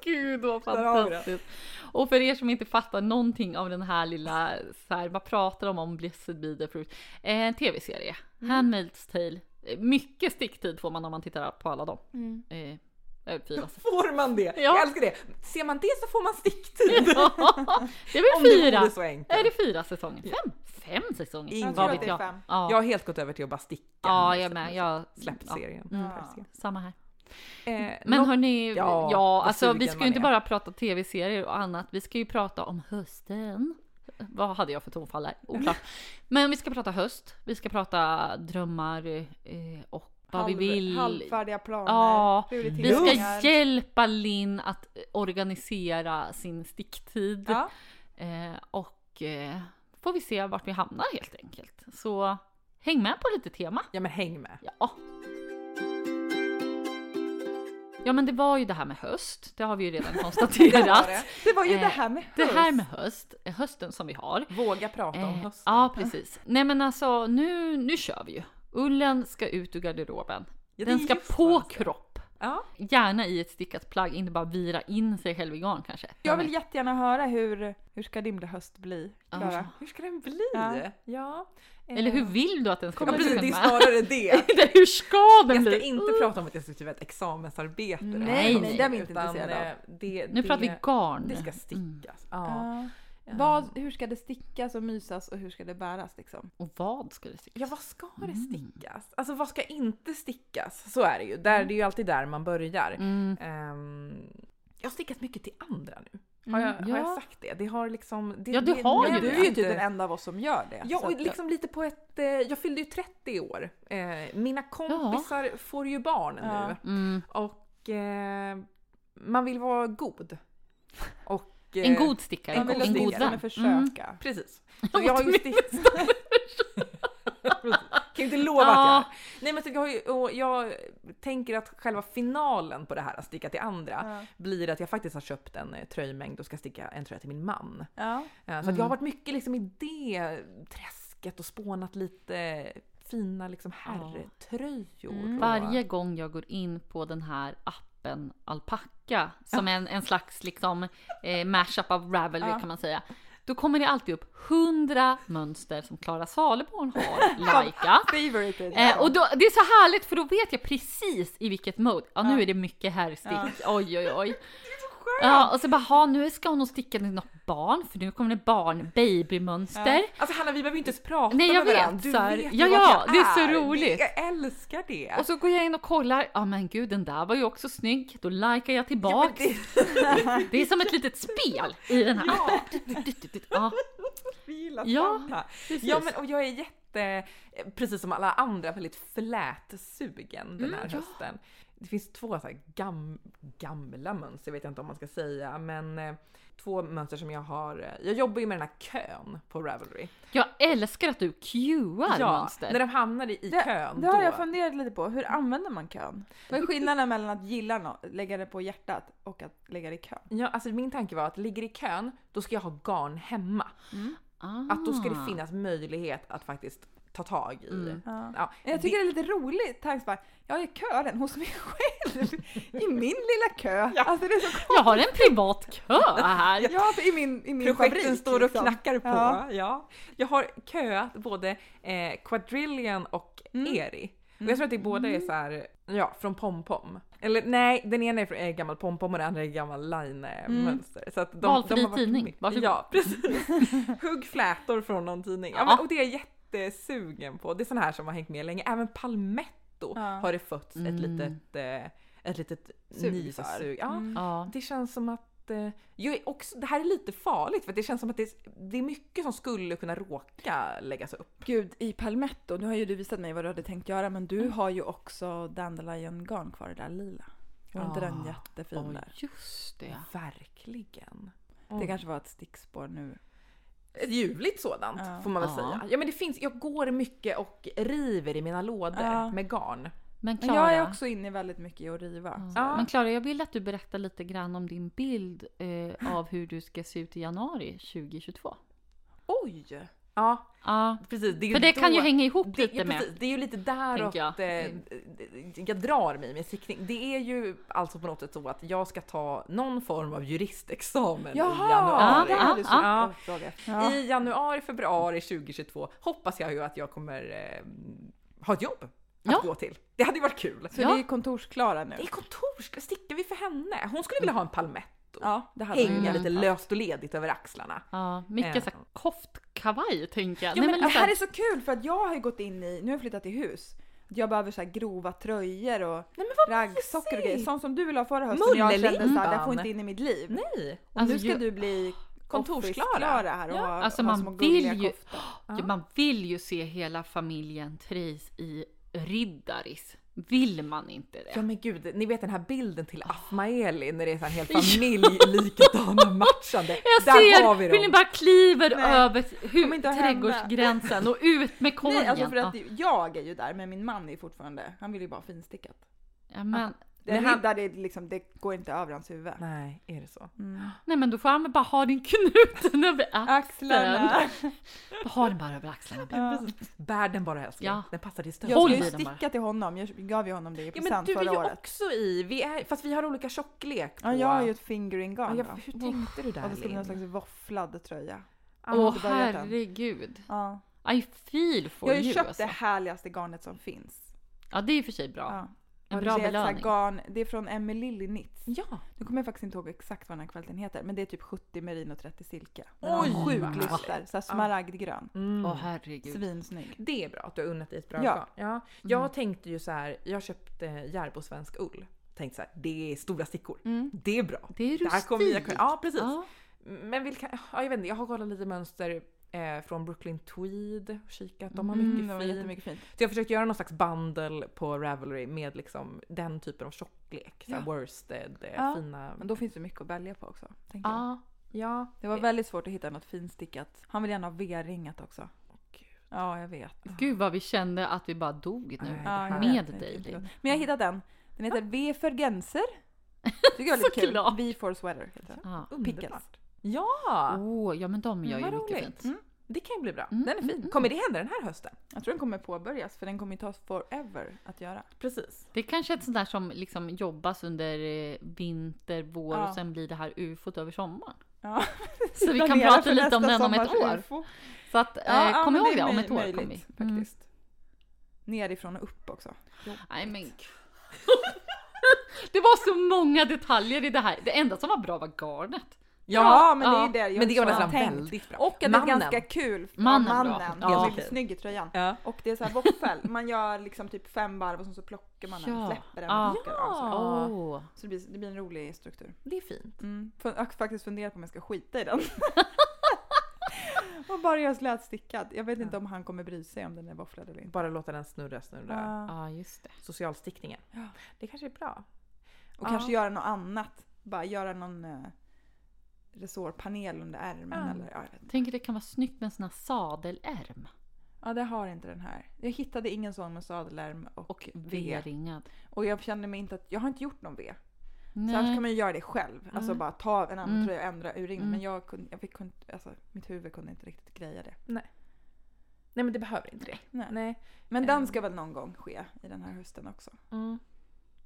A: Gud vad
B: Där har vi det.
A: fantastiskt! Och för er som inte fattar någonting av den här lilla, så här, vad pratar de om Blessed be the fruit? Eh, En tv-serie, Handmaid's Tale. Eh, Mycket sticktid får man om man tittar på alla dem. Eh, eh, fyra.
C: Får man det?
A: Ja.
C: Jag älskar det. Ser man det så får man sticktid.
A: det är
C: Om
A: väl
C: det
A: fyra?
C: vore så enkelt.
A: Är det fyra säsonger? Fem? Fem säsonger?
C: Ingen
B: Jag
A: Vad
B: tror att
C: aning.
A: vet
B: det är
A: jag?
B: fem.
A: Ja,
C: Jag är helt gått över till att bara sticka.
A: ja jag är med. Jag,
C: Släppt
A: ja,
C: serien.
B: Mm.
C: per se.
A: samma här.
C: Eh,
A: Men
C: något-
A: hörni, ja,
C: Ja, vad
A: alltså vi
C: sugen
A: ska ju
C: man
A: inte
C: är.
A: bara prata tv-serier och annat. Vi ska ju prata om hösten. Vad hade jag för tonfall där? Oklart. Men vi ska prata höst, vi ska prata drömmar eh, och vad
B: Halv-
A: vi vill.
B: Halvfärdiga planer.
A: Ja, Vi ska
B: prioriteringar.
A: hjälpa Linn att organisera sin sticktid.
B: Ja.
A: Eh, och eh, får vi se vart vi hamnar helt enkelt. Så häng med på lite tema.
C: Ja men häng med.
A: Ja. Ja men det var ju det här med höst, det har vi ju redan
B: Det var
A: konstaterat.
B: det. Det var ju
A: Eh,
B: det här med höst.
A: det här med höst, eh, hösten som vi har.
C: Våga prata om
A: Eh,
C: hösten.
A: Ja precis. Nej men alltså nu, nu kör vi ju. Ullen ska ut ur garderoben.
C: Ja, det
A: Den
C: är
A: ska
C: just
A: på
C: vad jag ska-
A: kropp.
C: Ja.
A: Gärna i ett stickat plagg, inte bara vira in sig själv i garn kanske.
B: Jag vill jättegärna höra hur, hur ska din höst bli?
A: Ja.
B: Klara?
C: Hur ska den bli?
B: Ja.
C: Ja.
A: Eller hur vill du att den ska
C: Ja,
A: bli?
C: precis, det är
A: Kunna-
C: snarare det.
A: Eller hur ska den
C: Jag ska
A: bli?
C: inte prata om att jag ska skriva ett examensarbete. eller
A: Nej,
C: något
A: nej,
B: det är vi inte
C: utan,
B: intresserade
C: eh, Det,
A: Nu
C: det,
A: pratar vi garn.
C: Det ska
A: Mm.
C: stickas. Ja.
B: Ja.
C: Eh,
B: Vad, hur ska det stickas och mysas och hur ska det bäras liksom?
A: Och vad ska det stickas?
C: Ja, vad ska det
A: Mm.
C: stickas? Alltså vad ska inte stickas? Så är det ju. Där, Det är ju alltid där man börjar.
A: Mm.
C: Ehm, jag har stickat mycket till andra nu.
B: Mm,
C: Har, jag, har
A: ja.
C: jag sagt det? Det har liksom... Det,
A: Ja, du
C: det,
A: har
B: Men
A: ju
B: du
A: det.
B: är ju typ
C: inte-
B: den enda av oss som gör det.
C: Ja,
B: så
C: och
B: att-
C: liksom lite på ett... eh, Jag fyllde ju 30 i år. Eh, mina kompisar får ju barn
B: Ja.
C: nu.
A: Mm.
C: Och eh, man vill vara god. Och,
A: En
C: eh,
A: god stickare, en
B: man vill
A: god, en god
B: åtminstone
A: vän. Mm.
B: försöka.
C: Precis.
A: Ja,
C: Så jag har ju stickat... Precis. kan ju inte lova att
A: Ja.
C: jag Nej men så jag, har ju, och jag tänker att själva finalen på det här att sticka till andra
B: Ja.
C: blir att jag faktiskt har köpt en eh, tröjmängd och ska sticka en tröja till min man.
B: Ja.
C: Eh, Så
A: Mm.
C: att jag har varit mycket liksom i det träsket och spånat lite fina liksom herrtröjor.
B: Mm.
C: och-
A: Varje gång jag går in på den här appen Alpaca, som är en, en slags liksom, eh, mashup av Ravelry
B: Ja.
A: kan man säga. Då kommer det alltid upp 100 mönster som Klara Saleborn har likat.
B: Favorited.
A: Eh, och då, det är så härligt för då vet jag precis i vilket mode. Ja nu är det mycket herrstick, oj oj oj. Ja, och så bara, ha nu ska hon nog sticka till något barn för nu kommer det barn babymönster.
C: Alltså Hanna vi behöver inte ens prata
A: Nej, jag
C: med
A: vet,
C: varandra. Du
A: så här-
C: vet ju
A: ja,
C: vart
A: ja,
C: jag
A: det är så
C: Det-
A: roligt.
C: Jag älskar det.
A: Och så går jag in och kollar, ja men gud den där var ju också snygg, då likar jag tillbaks. det... är som ett litet spel i den här
C: Ja.
A: appen. Ja,
C: Vi gillar
A: Ja,
C: samma.
A: precis.
C: Ja, men och jag är jätte, precis som alla andra, väldigt flätsugen
A: Mm,
C: den här hösten. Det finns två så här gam, gamla mönster, vet jag inte om man ska säga, men eh, två mönster som jag har. eh, Jag jobbar ju med den här kön på Ravelry.
A: Jag älskar att du cuear mönster.
C: när de hamnar i, i kön
B: det har jag
C: då.
B: funderat lite på. Hur använder man kön? Vad är skillnaden mellan att gilla något, lägga det på hjärtat och att lägga det i kön?
C: Ja, alltså min tanke var att ligger i kön, då ska jag ha garn hemma.
A: Ah.
C: Att då ska det finnas möjlighet att faktiskt ta tag i.
B: Ja. Mm.
C: Ja,
B: Jag tycker det är lite roligt tanke bara, jag är kören hos mig själv i min lilla kö. Alltså det är så
A: Jag har en privat kö här.
B: Ja, för i min, i min
C: projekten
B: fabrik.
C: står och
B: liksom.
C: knackar på.
B: Ja.
C: Ja. Jag har köat både eh, Quadrillion och
B: Mm.
C: Eri. Och jag tror att det båda är så här, ja, från PomPom. Eller nej, den ena är från- är gammal PomPom och den andra är gammal Line-mönster.
B: Mm.
C: Så att de,
A: Valfri
C: de har varit
A: tidning.
C: mycket-
A: Varsågod.
C: Ja, precis. Hugg flätor från någon tidning. Ja, men, och det är jag jättesugen på. Det är sådana här som har hängt med länge. Även Palmetto
B: Ja.
C: har det fötts
A: Mm.
C: ett litet, eh, ett litet
B: Sug
C: nys och
B: för.
C: sug. Ja,
B: Mm.
A: Ja.
C: det känns som att eh, jag är också, det här är lite farligt för att det känns som att det är, det är mycket som skulle kunna råka läggas upp.
B: Gud, i Palmetto, nu har ju du visat mig vad du hade tänkt göra men du har ju också Dandelion-garn kvar, det där lila. Var inte den
C: Ah,
B: jättefin
C: oj.
B: där?
A: Just det.
C: Verkligen.
B: Det
C: Mm.
B: kanske var ett stickspår nu.
C: Ett ljuvligt sådant
B: Ja.
C: får man väl
A: Ja.
C: säga. Ja men det finns, jag går mycket och river i mina lådor
B: Ja.
C: med garn.
A: Men
B: Men jag är
A: Klara,
B: också inne väldigt mycket i att riva.
A: ja.
C: Ja.
A: men Klara, jag vill att du berättar lite grann om din bild eh, av hur du ska se ut i januari 2022.
B: Oj!
C: Ja
A: Ja,
C: precis. är ju
A: för det
C: då-
A: kan ju hänga ihop
C: det,
A: lite
C: ja,
A: med.
C: precis, det är ju lite däråt
A: tänker jag. Mm.
C: jag. jag drar mig med siktning. Det är ju alltså på något sätt så att jag ska ta någon form av juristexamen
B: Jaha!
C: i januari.
B: Det hade du
A: Ja,
B: så
C: ja.
B: ja. fråga. Ja.
C: I januari, februari 2022 hoppas jag ju att jag kommer eh, ha ett jobb att
A: Ja.
C: gå till. Det hade ju varit kul.
B: Så
A: Ja.
B: vi är kontorsklara nu?
C: Det är kontor, stickar vi för henne? Hon skulle vilja ha en palmetto.
B: Ja, det hade
C: Hänga
B: vi.
C: lite löst och ledigt över axlarna.
A: Ja, mycket
C: Eh.
A: så här koftkavaj tänker jag.
C: Ja,
A: Nej,
C: men
A: men
B: Det
A: alltså,
B: här är så kul för att jag har ju gått in i, nu har jag flyttat till hus, att jag behöver så här grova tröjor och
C: Nej men vad
B: raggsockor och grejer.
C: mysigt!
B: Sånt som du ville ha förra hösten och jag kände såhär, det här får
C: Mullelimpan.
B: inte in i mitt liv.
C: Nej!
B: Och
A: Alltså,
B: nu ska
A: ju-
B: du bli
C: Kontorsklara.
B: Office-Klara här och
C: Ja.
B: ha,
A: Alltså,
B: ha
A: man
B: små gulliga
A: vill ju-
B: koftor.
C: Ja.
A: Man vill ju se hela familjen Therese i Riddaris. Vill man inte
C: Ja
A: det?
C: men gud, ni vet den här bilden till Asmaeli när det är så här en hel familj likadana matchande.
A: Jag
C: Där
A: ser
C: har vi
A: hur ni
C: dem!
A: bara kliver
B: Nej,
A: över
B: kommer
A: hu-
B: inte att hända.
A: trädgårdsgränsen och ut med korgen.
B: Nej, alltså för
A: Ja.
B: att jag är ju där men min man är fortfarande, han vill ju bara ha finstickat.
A: ja, men,
B: Det,
C: Men han-
B: riddar, det, liksom, det går inte över hans huvud.
C: Nej, är det så?
B: Mm.
A: nej men då får han väl bara ha din knuten över
C: Ah,
A: axlarna.
B: Axlarna.
A: Bara ha den bara över axlarna.
B: Ja.
C: Bär den bara älskling,
A: Ja.
C: den passar till
B: Jag
A: Håll
B: ska
A: i
B: ju
A: den bara.
B: sticka till honom, jag gav ju honom det i
C: Ja men
B: present
C: du är
B: förra
C: ju
B: året.
C: också i, vi är, fast vi har olika tjocklek på...
B: Ja, jag har ju ett fingering
C: Ja,
B: garn
C: jag,
B: då.
C: hur tänkte du
B: Och
C: där
B: det ska bli någon
C: Linn?
B: slags våfflad tröja.
C: Ja,
A: Åh
B: inte börjat än.
A: herregud.
B: Ja.
A: I feel for
B: Jag har ju
A: you
B: köpt
A: alltså.
B: det härligaste garnet som finns.
A: Ja det är ju för sig bra.
B: Ja.
A: En
B: Och
A: bra
B: det är ett så här
A: belöning.
B: garn, det är från Emmy Lilly Knits.
C: Ja!
B: Nu kommer jag faktiskt inte ihåg exakt vad den här kvaliteten heter, men det är typ 70 merin och 30 silke.
C: Oj,
B: Oj! Sjuk
C: vad
B: lyster, såhär smaragdgrön.
C: Mm.
A: Åh herregud.
B: Svinsnygg.
C: Det är bra att du har unnat dig ett bra
B: Ja.
C: garn. Ja. Mm. Jag tänkte ju så här, jag köpte Järbo svensk ull. Tänkte så här, det är stora stickor. Det är bra.
A: Det är
C: Det här kommer jag
A: rustikt.
C: kunna, ja precis.
A: Ja.
C: Men vilka, ja, jag vet inte, jag har kollat lite mönster eh, från Brooklyn Tweed och kikat. Mm, De har mycket
B: det var
C: fint.
B: Mm, jättemycket fint.
C: Så jag försökte göra någon slags bundle på Ravelry med liksom den typen av tjocklek. Så här worsted, eh,
B: Ja.
C: fina.
B: Men då finns det mycket att välja på också. Tänker jag.
A: Ja.
C: Ja,
B: Det var väldigt svårt att hitta något finstickat. Han vill gärna ha V-ringat också. Ja, jag vet.
A: Gud vad vi kände att vi bara dog nu.
C: Nej, det
B: Ja, jag
A: Med
B: vet.
A: dig, Linn.
B: Men jag har hittat en. Den heter V för Genser. Tycker jag är lite kul.
A: Såklart.
B: V for Sweater heter den.
A: Ja.
B: Pickles.
C: underbart. Ja!
A: Åh, ja men de gör ju
C: Ah, Vad
A: mycket
C: roligt.
A: fint.
C: Mm. Det kan ju bli bra.
A: Mm,
C: Den är fin.
A: mm, mm.
C: Kommer det hända den här hösten?
B: Jag tror den kommer påbörjas för den kommer ju ta forever att göra.
C: Precis.
A: Det är kanske är ett sånt där som liksom jobbas under eh, vinter, vår
B: Ja.
A: och sen blir det här ufot över sommaren.
B: Ja.
A: Så vi kan
B: Planera
A: prata
B: för
A: lite om
B: nästa
A: den om ett
B: sommars
A: år.
B: UFO.
A: Så att, eh,
B: Ja, ja,
A: kom
B: men
A: ihåg
B: är
A: det, om
B: möj-
A: ett år kommer vi.
B: möjligt,
A: Mm.
B: Faktiskt. Nerifrån och upp också.
A: Nej men gud. Mm. Det var så många detaljer i det här. Det enda som var bra var garnet.
B: Ja, men
A: ja.
B: det är ju det jag
C: Men det
B: också
C: var
B: har
C: nästan
B: tänkt.
C: väldigt bra.
B: Och att det är ganska kul. Ja,
A: Mannen bra.
B: mannen.
A: Ja,
B: Ja,
A: okej.
B: väldigt snygg i tröjan.
C: Ja.
B: Och det är så här våffel. Man gör liksom typ fem varv och sen så plockar man den,
A: Ja.
B: släpper den
A: Ja.
B: och plockar av sig.
C: Ja.
A: Åh.
B: Så det blir, det blir en rolig struktur.
C: Det är fint.
B: Mm. F- Jag har faktiskt funderat på om jag ska skita i den. och bara göra slätstickad. Jag vet inte om han kommer bry sig om den är våfflad eller inte.
C: Bara låta den snurra, snurra.
B: Ah.
A: Ja, just det.
C: Socialstickningen.
B: Ja.
C: Det kanske är bra.
B: Och
C: Ja.
B: kanske göra något annat. Bara göra någon eh, resårpanel under ärmen
C: Ja.
B: eller ja, jag vet inte.
A: Tänker det kan vara snyggt med en sån här sadelärm
B: Ja, det har inte den här. Jag hittade ingen sån med sadelärm och,
A: och
B: V.
A: V-ringad.
B: Och jag kände mig inte att, jag har inte gjort någon V. Så annars kan
A: Nej.
B: man ju göra det själv. Alltså bara ta en annan
A: Mm.
B: tröja och ändra urringning.
A: Mm.
B: Men jag kunde, jag fick, kunde, alltså, mitt huvud kunde inte riktigt greja det.
C: Nej men det behöver inte det.
B: Nej.
C: Nej.
B: Men
C: Eh.
B: den ska väl någon gång ske i den här hösten också.
C: Mm.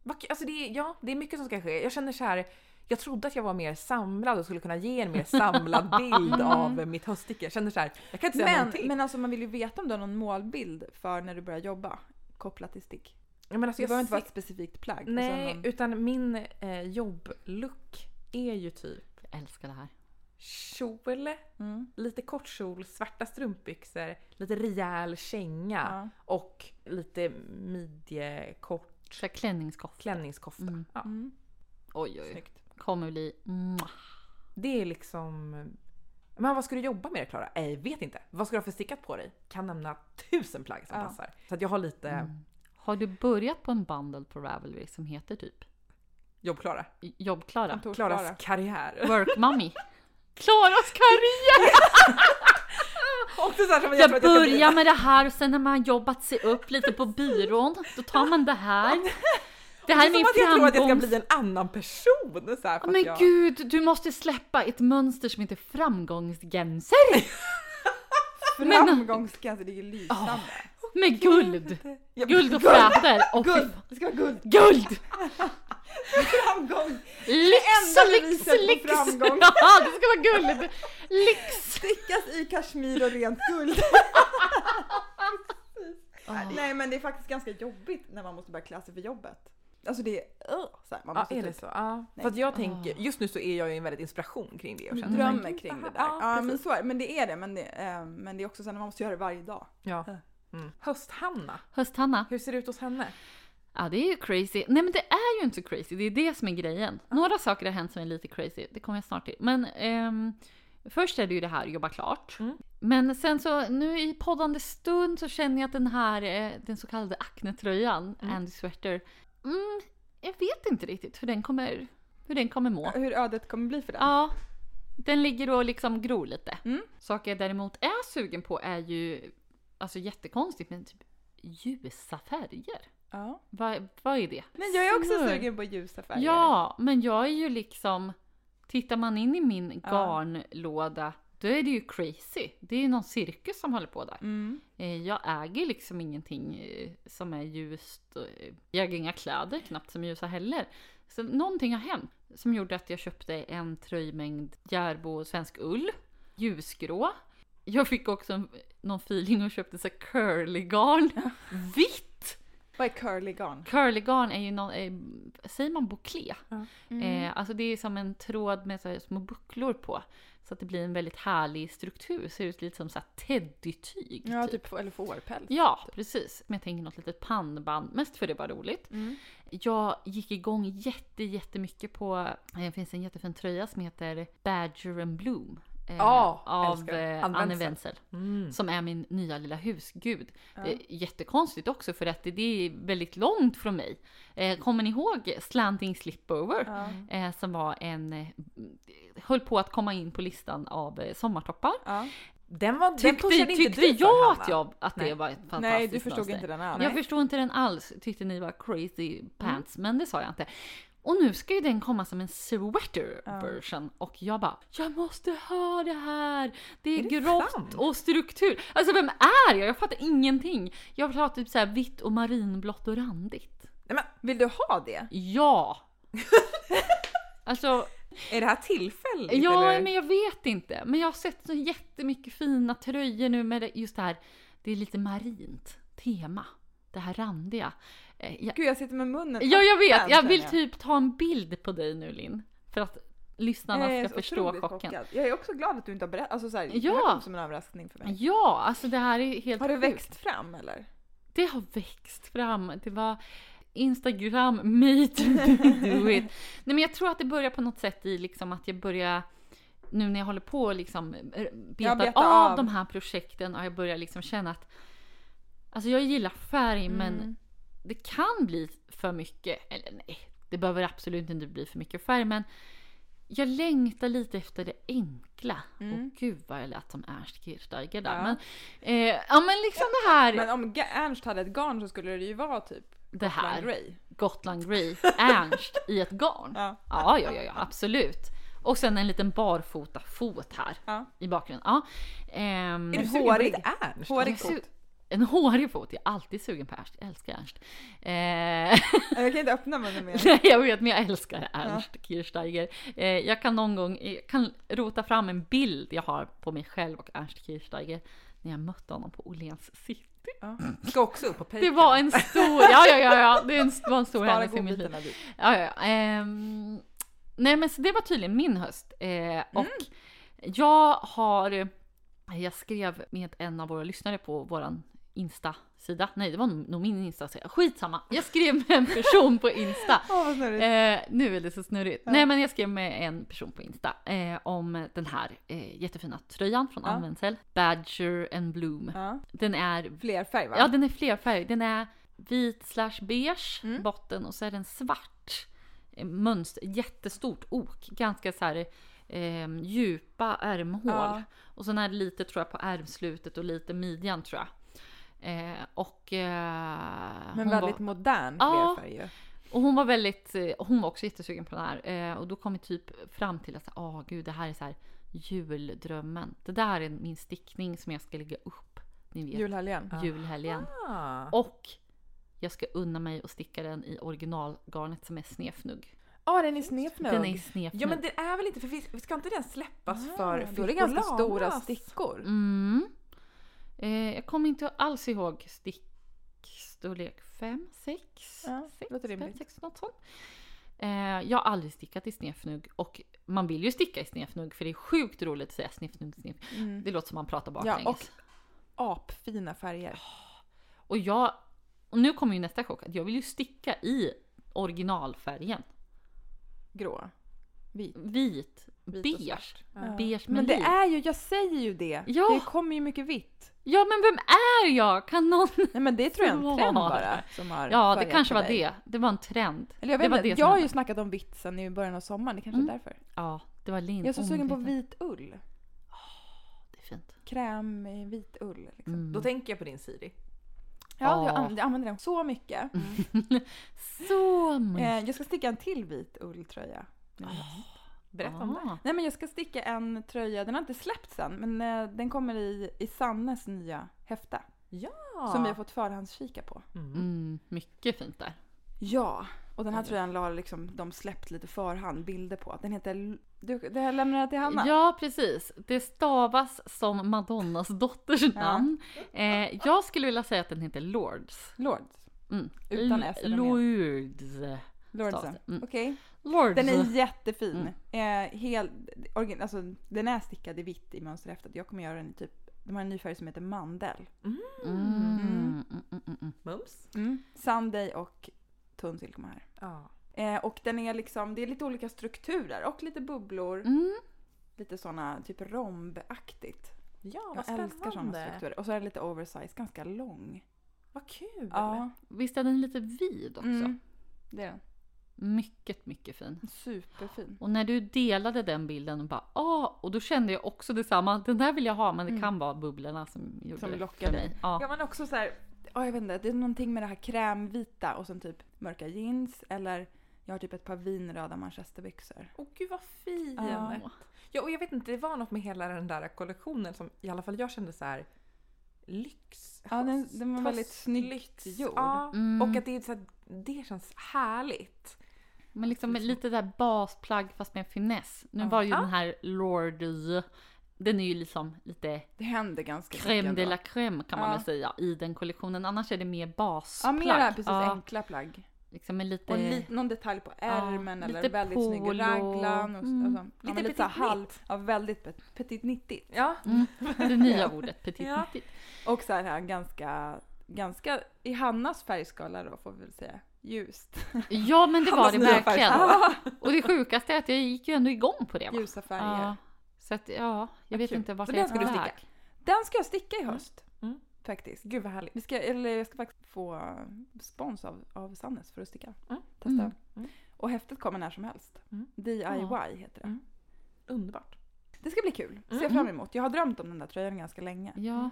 C: Vad- Alltså det är, ja, det är mycket som ska ske. Jag känner så här. Jag trodde att jag var mer samlad och skulle kunna ge en mer samlad bild av
B: Mm.
C: mitt höststick. Jag känner så här. Jag kan inte säga
B: Men,
C: någonting.
B: men alltså man vill ju veta om du har någon målbild för när du börjar jobba kopplat till stick.
C: Ja, men alltså
B: Det behöver inte
C: ser-
B: vara ett specifikt plagg. Alltså
C: Nej,
B: någon-
C: utan min eh, jobblook är ju typ
A: Jag älskar det här.
C: kjol,
B: Mm.
C: lite kort kjol, svarta strumpbyxor, lite rejäl känga
B: Ja.
C: och lite midjekort
A: Så här klänningskofta.
C: klänningskofta.
A: Mm.
C: Ja,
B: Mm.
A: Oj, oj, oj.
B: Snyggt.
A: Kommer bli... Mwah.
C: det är liksom... Men vad ska du jobba med Klara? Eh, Jag vet inte. Vad ska du ha för stickat på dig? Kan nämna tusen plagg som
B: Ja.
C: passar. Så att eh, jag har lite
A: Mm. Har du börjat på en bundle på Ravelry som heter typ
C: jobb-Klara.
A: Jobbklara?
B: Kontorsklara.
C: Klaras karriär.
A: Work mommy? Klaras karriär!
C: Och det är så här som
A: Jag
C: jag tror att jag ska bli-
A: börjar med det här och sen när man har jobbat sig upp lite på byrån, då tar man det här. Det här är
C: som
A: min
C: att jag tror att jag ska
A: framgångs...
C: bli en annan person. Så här, för
A: Ja,
C: att
A: Men
C: jag...
A: gud, du måste släppa ett mönster som heter framgångsgränser
B: Framgångscancer, det är ju lysande.
A: med guld.
C: Ja,
A: Guld och fräter. Och
B: Guld! Det ska vara guld!
A: Guld!
B: Framgång!
A: Lyx,
B: enda
A: lyx,
B: beviset på
A: lyx!
B: framgång.
A: Ja, det ska vara guld! Lyx!
B: Stickas i kashmir och rent guld.
A: Ah.
B: Nej men det är faktiskt ganska jobbigt när man måste börja klä sig för jobbet. Alltså det är... Uh, så här, man
C: Ja,
B: måste
C: är det
B: typ
C: så? Ja.
B: Nej. Mm.
C: För att jag tänker, just nu så är jag ju en väldigt inspiration kring det. Och känner så här,
B: drömmer
C: gud,
B: kring det
C: här-
B: där.
C: Ja,
B: Ja, men,
C: precis.
B: så är, det. men det är det. Men det, eh, men det är också så att man måste göra det varje dag.
C: ja. Mm. Höst-Hanna,
A: Höst-Hanna.
C: hur ser det ut hos henne?
A: Ja det är ju crazy. Nej men det är ju inte så crazy, det är det som är grejen. Några saker har hänt som är lite crazy, det kommer jag snart till. Men ehm, Först är det ju det här jobba klart.
C: Mm.
A: Men sen så nu i poddande stund så känner jag att den här eh, den så kallade aknetröjan,
C: Mm.
A: Andy Sweater. Mm, jag vet inte riktigt hur den kommer, hur den kommer må.
B: Hur ödet kommer bli för den.
A: Ja, den ligger och liksom gror lite.
B: Mm.
A: Saker jag däremot är sugen på är ju, alltså jättekonstigt men typ ljusa färger.
B: Ja.
A: Vad, vad är det?
B: Men jag är också
A: Snör.
B: sugen på ljusa färger.
A: Ja, men jag är ju liksom... Tittar man in i min
B: Ja.
A: garnlåda, då är det ju crazy. Det är ju någon cirkus som håller på där.
B: Mm.
A: Eh, Jag äger liksom ingenting eh, som är ljust. och, eh, Jag äger inga kläder knappt som är ljusa heller. Så någonting har hänt som gjorde att jag köpte en tröjmängd Järbo svensk ull, ljusgrå. Jag fick också en, någon feeling och köpte så här curlygarn, vitt.
B: Vad är curly garn?
A: Curlygarn är ju någon, eh, säger man bouclé?
C: Ja. Mm.
A: Eh, alltså det är som en tråd med så här små bucklor på. Så att det blir en väldigt härlig struktur. Ser ut lite som så här teddytyg.
B: Ja, typ, eller fårpäls.
A: Ja, precis. Men jag tänker något litet pannband, mest för det var roligt.
B: Mm.
A: Jag gick igång jätte, jättemycket på, eh, det finns en jättefin tröja som heter Badger and Bloom. eh,
C: Ja,
A: av
C: älskar.
A: eh,
C: Ann
A: Anne
C: Wenzel.
A: Wenzel.
C: Mm.
A: Som är min nya lilla husgud.
B: Ja.
A: Eh, Jättekonstigt också för att det, det är väldigt långt från mig. Eh, kommer ni ihåg Slanting Slipover?
B: Ja.
A: Eh, som var en, eh, höll på att komma in på listan av eh, sommartoppar.
B: Ja.
C: Den var, den
A: Tyckte,
C: pushade inte
A: tyckte
C: du för,
A: jag
C: Hanna.
A: att, jag, att det
C: Nej.
A: var ett fantastiskt
B: Nej, du förstod
A: mönster.
B: inte den alls.
A: Jag förstod inte den alls, tyckte ni var crazy pants, men det sa jag inte. Och nu ska ju den komma som en sweater
B: Ja.
A: version och jag bara Jag måste ha det här! Det är,
C: Är det
A: grått
C: sant?
A: och struktur. Alltså vem är jag? Jag fattar ingenting. Jag vill ha typ så här vitt och marinblått och randigt.
C: Nej, men,
B: Vill du ha det?
A: Ja! alltså
C: är det här tillfälligt?
A: Ja,
C: eller?
A: men jag vet inte. Men jag har sett så jättemycket fina tröjor nu med det- just det här. Det är lite marint tema. Det här randiga. Eh, Jag,
B: Gud, jag sitter med munnen
A: ja, jag vet.
B: öppen,
A: Jag vill
B: känner
A: typ ta en bild på dig nu Linn. För att lyssnarna
B: Jag är
A: ska
B: så
A: förstå
B: otroligt
A: chocken.
B: chockad. Jag är också glad att du inte har berättat. Alltså, så här, Det
A: Ja.
B: här kom som en överraskning för mig.
A: Ja, alltså det här är helt
B: Har det
A: sjukt.
B: växt fram eller?
A: Det har växt fram. Det var Instagram meet do it. Nej men jag tror att det börjar på något sätt i liksom att jag börjar nu när jag håller på och liksom eh, betar
B: Ja, beta
A: av,
B: av.
A: de här projekten och jag börjar liksom känna att alltså jag gillar färg
B: Mm.
A: men det kan bli för mycket. Eller nej, det behöver absolut inte bli för mycket färg men jag längtar lite efter det enkla. Och gud vad jag lät som Ernst Kirchsteiger där.
B: Mm. Ja.
A: Men, eh, ja men liksom det här.
B: Men om Ga- Ernst hade ett garn så skulle det ju vara typ
A: det här.
B: Gotland Grey.
A: Gotland Grey, Ernst i ett garn.
B: Ja.
A: Ja, ja, ja, ja, absolut. Och sen en liten barfota fot här
B: Ja.
A: i bakgrunden. Ja. Ehm,
C: Är du
B: Men
C: sugen på
B: hårig.
C: lite Ernst?
B: Hårig
A: Jag är
B: fot.
A: en hårig fot, jag är alltid sugen på Ernst, jag älskar Ernst. Eh,
B: Jag kan inte öppna munnen mer.
A: nej, jag vet, men jag älskar Ernst Kirchsteiger. Eh, jag kan någon gång jag kan rota fram en bild jag har på mig själv och Ernst Kirchsteiger när jag mötte honom på Åhléns city.
B: Ja.
C: Ska också upp på Patreon.
A: Det var en stor, ja, ja, ja, ja det är en- var en stor
B: Spara
A: händelse i mitt liv.
B: godbitarna dit.
A: Ja, ja, ja. Ehm, nej men så det var tydligen min höst.
B: Mm.
A: Eh, och jag har, jag skrev med en av våra lyssnare på våran Insta-sida. Nej det var nog min Insta-sida. Skitsamma. Jag skrev med en person på Insta.
B: Åh vad snurrigt.
A: Eh, nu är det så snurrigt. Nej men jag skrev med en person på Insta eh, om den här eh, jättefina tröjan från
B: Ja.
A: Ann Wenzel. Badger and Bloom.
B: Ja.
A: Den är
B: Fler färg va?
A: Ja, den är flerfärg. Den är vit slash beige
B: Mm.
A: botten och så är den svart eh, mönster. Jättestort ok. Ganska så här eh, djupa ärmhål.
B: Ja.
A: Och sen är det lite tror jag på ärmslutet och lite midjan tror jag. Eh, och, eh, hon
B: Men väldigt
A: var,
B: modern
A: Ja.
B: flerfärg ju.
A: och hon var väldigt, eh, hon var också jättesugen på den här. Eh, och då kom vi typ fram till att ah gud det här är så här juldrömmen. Det där är min stickning som jag ska lägga upp. Ni vet,
B: Julhelgen.
A: julhelgen.
C: Ah.
A: Och jag ska unna mig att sticka den i originalgarnet som är snefnugg.
B: Ja, den är snedfnugg.
A: Den är snefnugg.
C: Ja men det är väl inte för vi ska inte den släppas
B: Ah,
C: för
B: Då är det ganska
C: Fiskolanas?
B: stora stickor.
A: mm. eh, jag kommer inte alls ihåg stickstorlek 5, 6,
B: Ja, låter rimligt.
A: 6 något sånt. Eh, jag har aldrig stickat i snefnugg och man vill ju sticka i snefnugg för det är sjukt roligt att säga snefnugg, snefnugg.
B: Mm.
A: Det låter som man pratar
B: och-
A: baklänges.
B: Apfina färger.
A: Och jag, och nu kommer ju nästa chock, att jag vill ju sticka i originalfärgen.
B: Grå. Vit.
A: Vit,
C: Vit och
A: beige.
C: svart. Ja.
B: Ja.
A: Beige med
B: Men det
A: liv.
B: är ju, jag säger ju det.
A: Ja.
B: Det kommer ju mycket vitt.
A: Ja men vem är jag? Kan någon...
B: Nej men det tror jag är en trend
A: Svar.
B: bara. Som har
A: Ja det
B: färgat
A: kanske
B: på
A: var
B: dig.
A: det. Det var en trend.
B: Eller jag
A: Det
B: vet
A: var
B: inte,
A: det som
B: jag har
A: hände.
B: ju snackat om vitt sen i början av sommaren, det kanske
A: Mm.
B: är därför.
A: Ja, det var Linn.
B: Jag är så sugen på
A: omedveten.
B: vit ull.
A: Det är fint.
B: Kräm i vit ull. Liksom.
A: Mm.
C: Då tänker jag på din Siri.
B: Ja, jag,
A: Ja.
B: an- jag använder den så mycket.
A: Så mycket.
B: Eh, jag ska sticka en till vit ulltröja. nu.
C: Berätta om det.
A: Ah.
B: Nej men jag ska sticka en tröja, den har inte släppts än, men eh, den kommer i, i Sannes nya häfta. Som vi har fått förhandskika på.
C: Mm.
A: Mm, mycket fint där.
B: Ja, och den här tröjan la liksom, de släppt lite förhand bilder på. Den heter... L- Du, det här lämnar jag till Hanna.
A: Ja, precis. Det stavas som Madonnas dotters namn. Eh, jag skulle vilja säga att den heter Lords.
B: Lords.
A: Mm.
B: Utan S eller med.
A: Lords.
B: Lordsen.
A: Mm.
B: Okej.
A: Lords. Mm.
B: Den är jättefin. Eh, hel, origin, alltså, den är stickad i vitt i mönsterhäftet. Jag kommer göra den i typ... De har en ny färg som heter mandel.
A: Mm, mm, mm, mm, mm.
C: Mums?
B: Sunday och tunn silke kommer här.
C: Ja.
B: Eh, och den är liksom, det är lite olika strukturer och lite bubblor.
A: Mm.
B: Lite såna typ rombaktigt.
C: Ja, vad
B: Jag älskar såna
C: spännande.
B: strukturer. Och så är den lite oversized, ganska lång.
C: Vad kul.
B: Ja,
A: Visst är den lite vid också?
B: mm. det är den.
A: Mycket, mycket fin.
B: Superfin.
A: Och när du delade den bilden och bara ah, och då kände jag också detsamma. Den där vill jag ha, men det
B: Mm.
A: kan vara bubblorna som gjorde
B: Som
A: det
B: lockar
A: för
B: dig.
A: mig. Ja.
B: Ja men också så här, ja, jag vet inte, det är någonting med det här krämvita och sen typ mörka jeans eller jag har typ ett par vinröda manchesterbyxor.
C: Åh gud vad fin!
B: Ja.
C: Ja, och jag vet inte, det var något med hela den där kollektionen som i alla fall jag kände så här lyx.
B: Ja, den- den var väldigt
C: höst-
B: snyggt
C: lyx.
B: gjord.
C: Ja,
A: Mm.
C: och att det, är så här, det känns härligt.
A: Men liksom med lite där basplagg fast med finess. Nu var ju
C: Ja.
A: den här Lordy, den är ju liksom lite
B: Det händer ganska
A: crème de
B: ändå.
A: la crème kan man
B: Ja.
A: väl säga i den kollektionen. Annars är det mer
B: Ja,
A: basplagg.
B: mera precis
A: Ja,
B: enkla plagg.
A: liksom med lite...
B: Och li- någon detalj på ärmen eller
A: lite
B: väldigt
A: polo.
B: snygg raglan. Och,
A: Mm.
B: och så. Ja,
C: Lite
B: men lite så här
C: petit
B: halv, ja, väldigt pet- petit nittigt.
C: Ja,
A: Mm, det nya ordet, petit
C: Ja.
A: petit.
B: Och så här ganska, ganska, i Hannas färgskala då får vi väl säga, ljust.
A: Ja men det var det
B: nya
A: verkligen.
B: färgskala.
A: Och det sjukaste är att jag gick ju ändå igång på det. Va?
B: Ljusa färger.
A: Ja. Så att ja, jag vet
C: kul.
A: inte vart
C: Så
A: jag
C: den ska du
A: på
C: sticka?
A: väg.
B: Den ska jag sticka i höst.
C: Mm.
B: Faktiskt.
C: gud vad härligt.
B: Vi ska, eller jag ska faktiskt få eh, spons av, av Sannes för att sticka.
C: Mm.
B: Testa.
A: Mm.
C: Mm.
B: Och häftet kommer när som helst.
C: Mm.
B: DIY
A: Ja.
B: heter det.
C: Mm. Underbart.
B: Det ska bli kul. Ser
C: Mm.
B: fram emot. Jag har drömt om den där tröjan ganska länge.
A: Ja,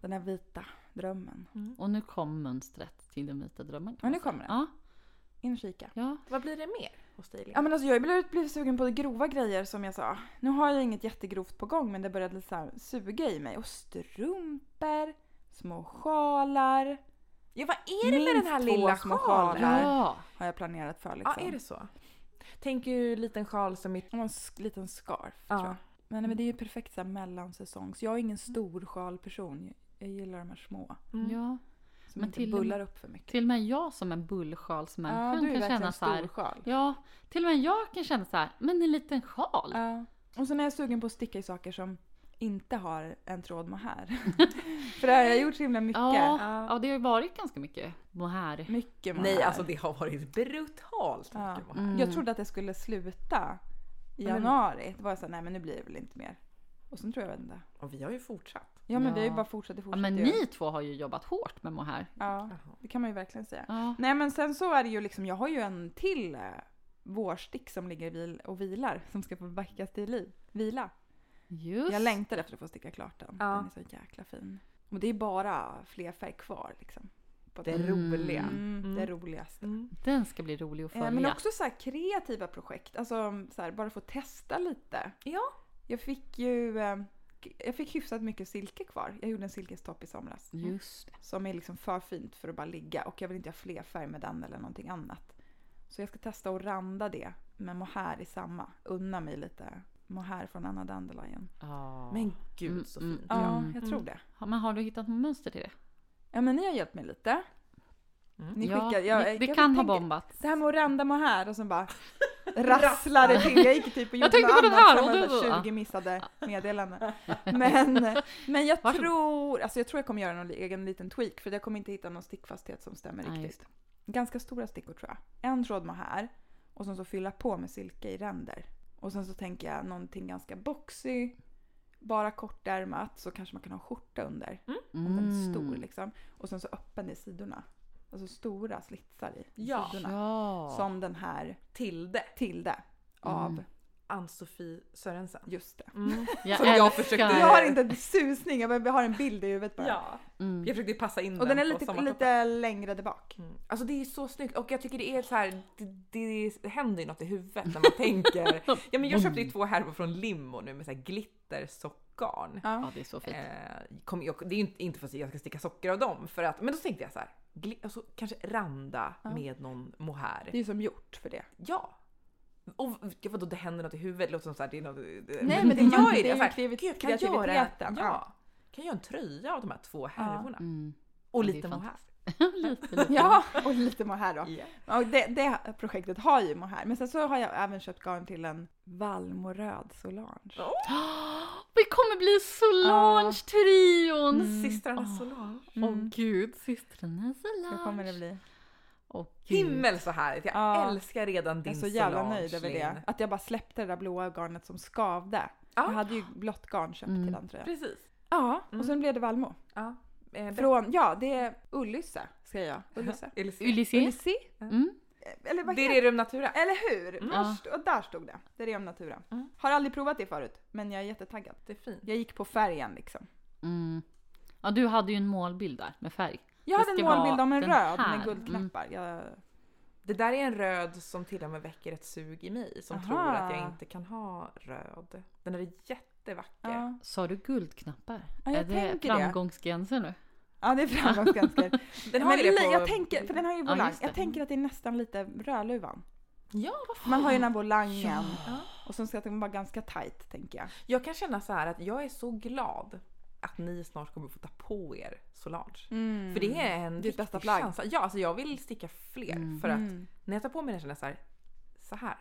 B: Den där vita drömmen.
A: och nu kom mönstret till den vita drömmen.
B: Men
A: kan
B: nu
A: man säga.
B: kommer den.
A: Ja,
B: In och kika.
A: ja.
C: Vad blir det mer hos dig? Linn?
B: Ja men alltså jag har blivit, blivit sugen på grova grejer som jag sa. Nu har jag inget jättegrovt på gång men det började lite så här suga i mig. Och strumpor, små sjalar
C: Ja, vad är det med
B: Minst
C: den här
B: två
C: lilla
B: små
C: sjalen?
B: sjalar.
A: ja.
B: har jag planerat för liksom.
C: Ja, är det så? Tänk ju liten sjal som mitt...
B: Och en sk- liten scarf tror jag.
C: Ja.
B: Men, men det är
A: Mm.
B: ju perfekt så här mellansäsong. Så jag är ingen stor sjalperson. Jag gillar de här små.
C: Mm.
A: ja.
B: Som
A: Men
B: inte
A: till-
B: bullar upp för mycket.
A: Till och med jag som en
B: Ja,
A: bullsjalsmänniska
B: du är
A: kan
B: verkligen
A: känna så här.
B: stor sjal.
A: Ja, till och med jag kan känna så här, men en liten sjal.
B: Ja. Och sen är jag sugen på att sticka i saker som inte har en tråd mohair. för det har jag gjort så himla mycket.
A: Ja,
C: Ja.
A: ja, det har ju varit ganska mycket mohair.
B: Mycket mohair.
C: Nej, alltså det har varit brutalt
B: Mm. Ja.
C: mycket
A: Mm.
B: Jag trodde att jag skulle sluta i
C: Men-
B: januari. Då var jag såhär, nej men nu blir det väl inte mer. Och sen tror jag, jag vet inte.
C: Och vi har ju fortsatt.
B: Ja men
A: Ja.
B: vi har ju bara fortsatt och
A: Ja,
B: fortsatt.
A: men
B: göra.
A: ni två har ju jobbat hårt med mohair.
B: Ja,
C: Jaha.
B: det kan man ju verkligen säga.
A: Ja.
B: Nej men sen så är det ju liksom, jag har ju en till eh, vårstick som ligger i vil och vilar som ska få backas till liv. Vila.
A: Just.
B: Jag längtar efter att få sticka klart den.
C: Ja.
B: Den är så jäkla fin. Och det är bara fler färg kvar liksom. På
C: Det
B: den.
C: roliga.
B: Mm, Det
C: Mm.
B: roligaste.
C: Mm.
A: Den ska bli rolig att
B: Eh,
A: följa.
B: Men också så här kreativa projekt, alltså så här, bara få testa lite.
C: Ja.
B: Jag fick ju eh, jag fick hyfsat mycket silke kvar. Jag gjorde en silkestopp i somras.
A: Just det.
B: Som är liksom för fint för att bara ligga och jag vill inte ha fler färg med den eller någonting annat. Så jag ska testa att randa det med mohair i samma. Unna mig lite mohair från Anna Dandelion.
A: Ja.
C: Men
A: Mm,
C: gud så
A: mm,
C: fint.
A: mm.
B: Ja, jag tror det.
A: Ja, men har du hittat något mönster till det?
B: Ja men ni har hjälpt mig lite.
C: Mm.
B: Ni
A: ja,
B: skickar, eh, jag,
A: det, det
B: jag
A: kan ha
B: tänker-
A: bombat.
B: Det här med att randa mohair och sen bara rasslade till. Jag gick typ och
A: Jag
B: gjorde
A: tänkte
B: något
A: på den
B: annat,
A: här
B: sen
A: och
B: var det
A: du-
B: så här 20 missade meddelanden. Men, men jag
A: Varsågod.
B: tror, alltså jag tror jag kommer göra någon egen liten tweak för jag kommer inte hitta någon stickfasthet som stämmer
A: Nej,
B: riktigt. Ganska stora stickor tror jag. En tråd mohair och sen så fylla på med silke i ränder. Och sen så tänker jag någonting ganska boxy. Bara kortärmat så kanske man kan ha en skjorta under.
A: Mm.
B: En stor liksom. Och sen så öppen i sidorna. Alltså stora slitsar i
C: Ja.
B: sidorna.
A: Ja.
B: Som den här
C: Tilde
B: Tilde av
C: Ann-Sofie Sörensen.
B: just det.
C: Mm.
A: Jag
C: Som jag försökte-
B: Jag har inte en susning, jag bara- jag har en bild i huvudet bara.
C: Ja.
A: Mm.
C: Jag försökte passa in
B: Och den är
C: på
B: lite,
C: sommartoppen.
B: lite längre tillbaka.
C: Mm. Alltså det är så snyggt och jag tycker det är så här, det, det händer ju något i huvudet när man tänker. Ja men jag köpte ju två härvor från Limo nu med så här glittersockgarn.
A: Ja, det är så fint.
C: Eh, kom, jag, det är ju inte, inte för att jag ska sticka socker av dem för att, men då tänkte jag så här, gli, alltså, kanske randa
B: Ja.
C: med någon
B: Det är
C: mohair.
B: ju som gjort för det.
C: Ja! Och ja, vadå, det händer något i huvudet, det låter som så här, det är något,
B: Nej, men det gör ju det.
C: Jag så här,
B: Det är ju
C: gud, jag kan göra-
B: kreativiteten.
C: Ja. Kan jag göra en tröja av de här två härvorna?
A: Mm.
C: Och
A: Ja, det är
C: lite mohair.
A: lite, lite.
B: Ja, och lite mohair då.
C: Ja.
B: Och det, det projektet har ju mohair. Men sen så har jag även köpt garn till en valmoröd Solange.
C: Ja.
A: Vi kommer bli Solange-trion!
B: Mm.
C: Systrarna Solange.
A: Åh gud, systrarna Solange.
B: Hur Mm. kommer det bli?
A: Åh, gud.
C: Himmel så härligt! Jag
B: Ja.
C: älskar redan din
B: jag är så jävla
C: Solange,
B: nöjd över
C: Linn.
B: det. Att jag bara släppte det där blåa garnet som skavde.
C: Ja.
B: Jag hade ju blått garn köpt
A: Mm.
B: till den tröjan.
C: Precis.
B: Ja,
C: Mm.
B: och sen blev det Valmo.
C: Ja. Eh,
B: Från, ja det är Ullysse, säger jag. Ullysse.
C: berätta. Ulysses.
A: Ulysses.
B: Ulysses?
A: Mm.
B: Eller vad
C: Det
B: heter
C: är Rerum Natura.
B: Eller hur?
C: Mm.
B: Där st- och där stod det. Det är ren natura.
C: Mm.
B: Har aldrig provat det förut, men jag är jättetaggad.
C: Det är fint.
B: Jag gick på färgen liksom.
A: Mm. Ja, du hade ju en målbild där med färg.
B: Jag
A: Det
B: hade en
A: ska vara
B: målbild om en
A: den
B: röd
A: här.
B: med guldknappar.
C: Mm.
B: Jag...
C: Det där är en röd som till och med väcker ett sug i mig som
B: Aha.
C: tror att jag inte kan ha röd. Den är jättevacker.
B: Ja.
A: Sa du guldknappar?
B: Ja, jag
A: är det
B: tänker det.
A: framgångsgränsen nu?
B: ja, det är framgångsgansker.
C: Den har
B: men
C: ju det
B: li-
C: på...
B: jag tänker, för den har ju
A: Ja,
B: volang.
A: just det.
B: jag tänker att det är nästan lite Rödluvan.
C: Ja, vad fan.
B: Man har ju den här volangen.
C: Ja.
B: Och sen ska den vara ganska tight, tänker jag.
C: Jag kan känna så här att jag är så glad att ni snart kommer få ta på er Solange.
B: Mm.
C: Mm. För det är en
B: Ditt
C: riktig
B: bästa plagg.
C: känsla. Ja, alltså jag vill sticka fler för att
B: Mm.
C: när jag tar på mig den känner jag så här, så här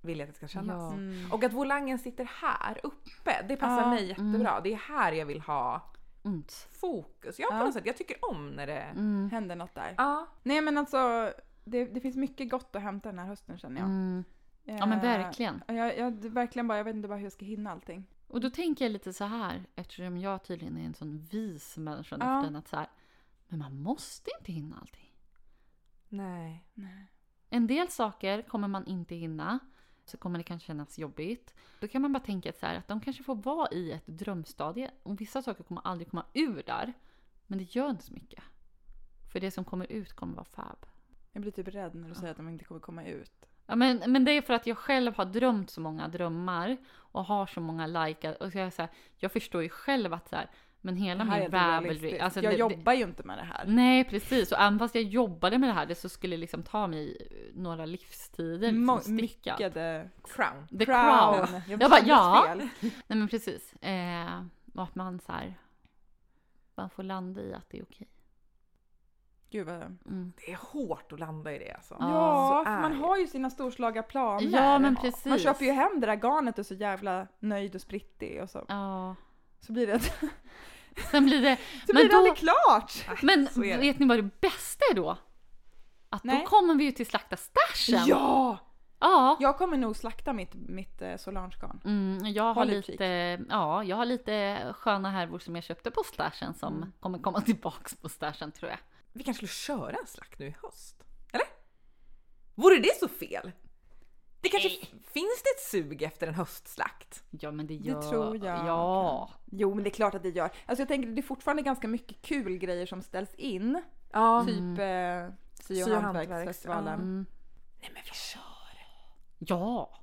C: vill jag att det ska kännas.
A: Ja.
B: Mm.
C: Och att volangen sitter här uppe, det passar
B: Ja. Mm.
C: mig jättebra. Det är här jag vill ha
A: Mm.
C: fokus. Jag, på
B: Ja.
C: något sätt, jag tycker om när det...
A: Mm.
B: Händer något där.
C: Ja,
B: Nej men alltså, det, det finns mycket gott att hämta den här hösten känner jag.
A: Mm. Ja men
B: Eh,
A: verkligen.
B: Jag, jag, verkligen bara, jag vet inte bara hur jag ska hinna allting.
A: Och då tänker jag lite så här, eftersom jag tydligen är en sån vis människa nu
B: Ja.
A: för tiden, att så här, men man måste inte hinna allting.
C: nej.
A: En del saker kommer man inte hinna, så kommer det kanske kännas jobbigt. Då kan man bara tänka så här att de kanske får vara i ett drömstadie och vissa saker kommer aldrig komma ur där. Men det gör inte så mycket. För det som kommer ut kommer vara fab.
B: Jag blir typ rädd när du säger att de inte kommer komma ut.
A: Ja, men, men det är för att jag själv har drömt så många drömmar och har så många likar. Och så är jag, så här, jag förstår ju själv att så här, men hela
B: Det här
A: min
B: är helt
A: Ravelry...
B: orealistiskt.
A: Alltså,
B: jag
A: det- det-
B: jobbar ju inte med det här.
A: Nej, precis. Och även fast jag jobbade med det här det så skulle det liksom ta mig några livstider. Liksom,
B: Mo-
A: sticka.
B: Mycket
C: Crown.
A: The
B: crown.
A: crown.
B: Jag,
A: Jag bara,
B: kände
A: ja.
B: fel.
A: Nej men precis. Eh, och att man så här, man får landa i att det är okej.
B: Gud vad...
A: Mm.
C: Det är hårt att landa i det alltså.
A: Ja,
B: Ja,
C: så
B: för
C: är
B: man
C: det.
B: har ju sina storslaga planer.
A: Ja, men precis.
B: Man köper ju hem det där garnet och så jävla nöjd och sprittig och så.
A: Ja.
B: Så blir det, så
A: Sen blir det...
B: blir
A: Men
B: det
A: då-
B: aldrig klart!
A: Men
C: så är det.
A: vet ni vad det bästa är då? Att
B: Nej.
A: då kommer vi ju till slakta stashen.
B: Ja!
A: ja.
B: Jag kommer nog slakta mitt, mitt eh, Solange-garn.
A: Mm, jag, har
B: Håll utkik.
A: lite, ja, jag har lite sköna härvor som jag köpte på stashen som
B: Mm.
A: kommer komma tillbaks på stashen tror jag.
C: Vi kanske skulle köra en slakt nu i höst? Eller? Vore det så fel? Det kanske finns det ett sug efter en höstslakt?
A: Ja men det gör...
B: tror jag.
A: Ja.
B: Jo, men det är klart att det gör. Alltså jag tänker det är fortfarande ganska mycket kul grejer som ställs in.
C: Ja.
B: Typ eh, sy
C: Sy- och
B: och hantverksfestivalen.
C: hantverks,
A: Mm.
C: Nej men vi kör!
A: Ja.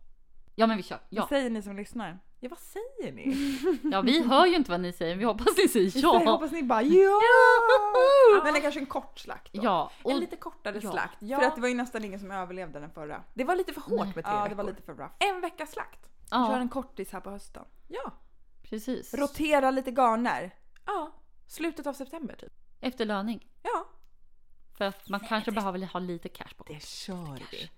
A: Ja men vi kör.
B: Vad
A: Ja.
B: säger ni som lyssnar?
C: Ja vad säger
A: Mm.
C: ni?
A: ja vi hör ju inte vad ni säger, vi hoppas ni säger
B: Jag
A: ja.
B: hoppas ni bara ja! Men det är kanske en kort slakt då.
A: Ja. Och,
C: En lite kortare
A: Ja.
C: slakt. Ja,
B: För att det var ju nästan ingen som överlevde den förra.
C: det var lite för hårt med tre
B: Ja, det
C: veckor.
B: var lite för rough.
C: En veckas slakt.
B: Kör
A: ja,
B: en kortis här på hösten.
C: Ja.
A: precis.
B: Rotera lite garner.
C: Ja. Slutet av september typ.
A: Efter löning.
C: Ja.
A: För att man kanske behöver ha lite cash på
C: Det kör vi.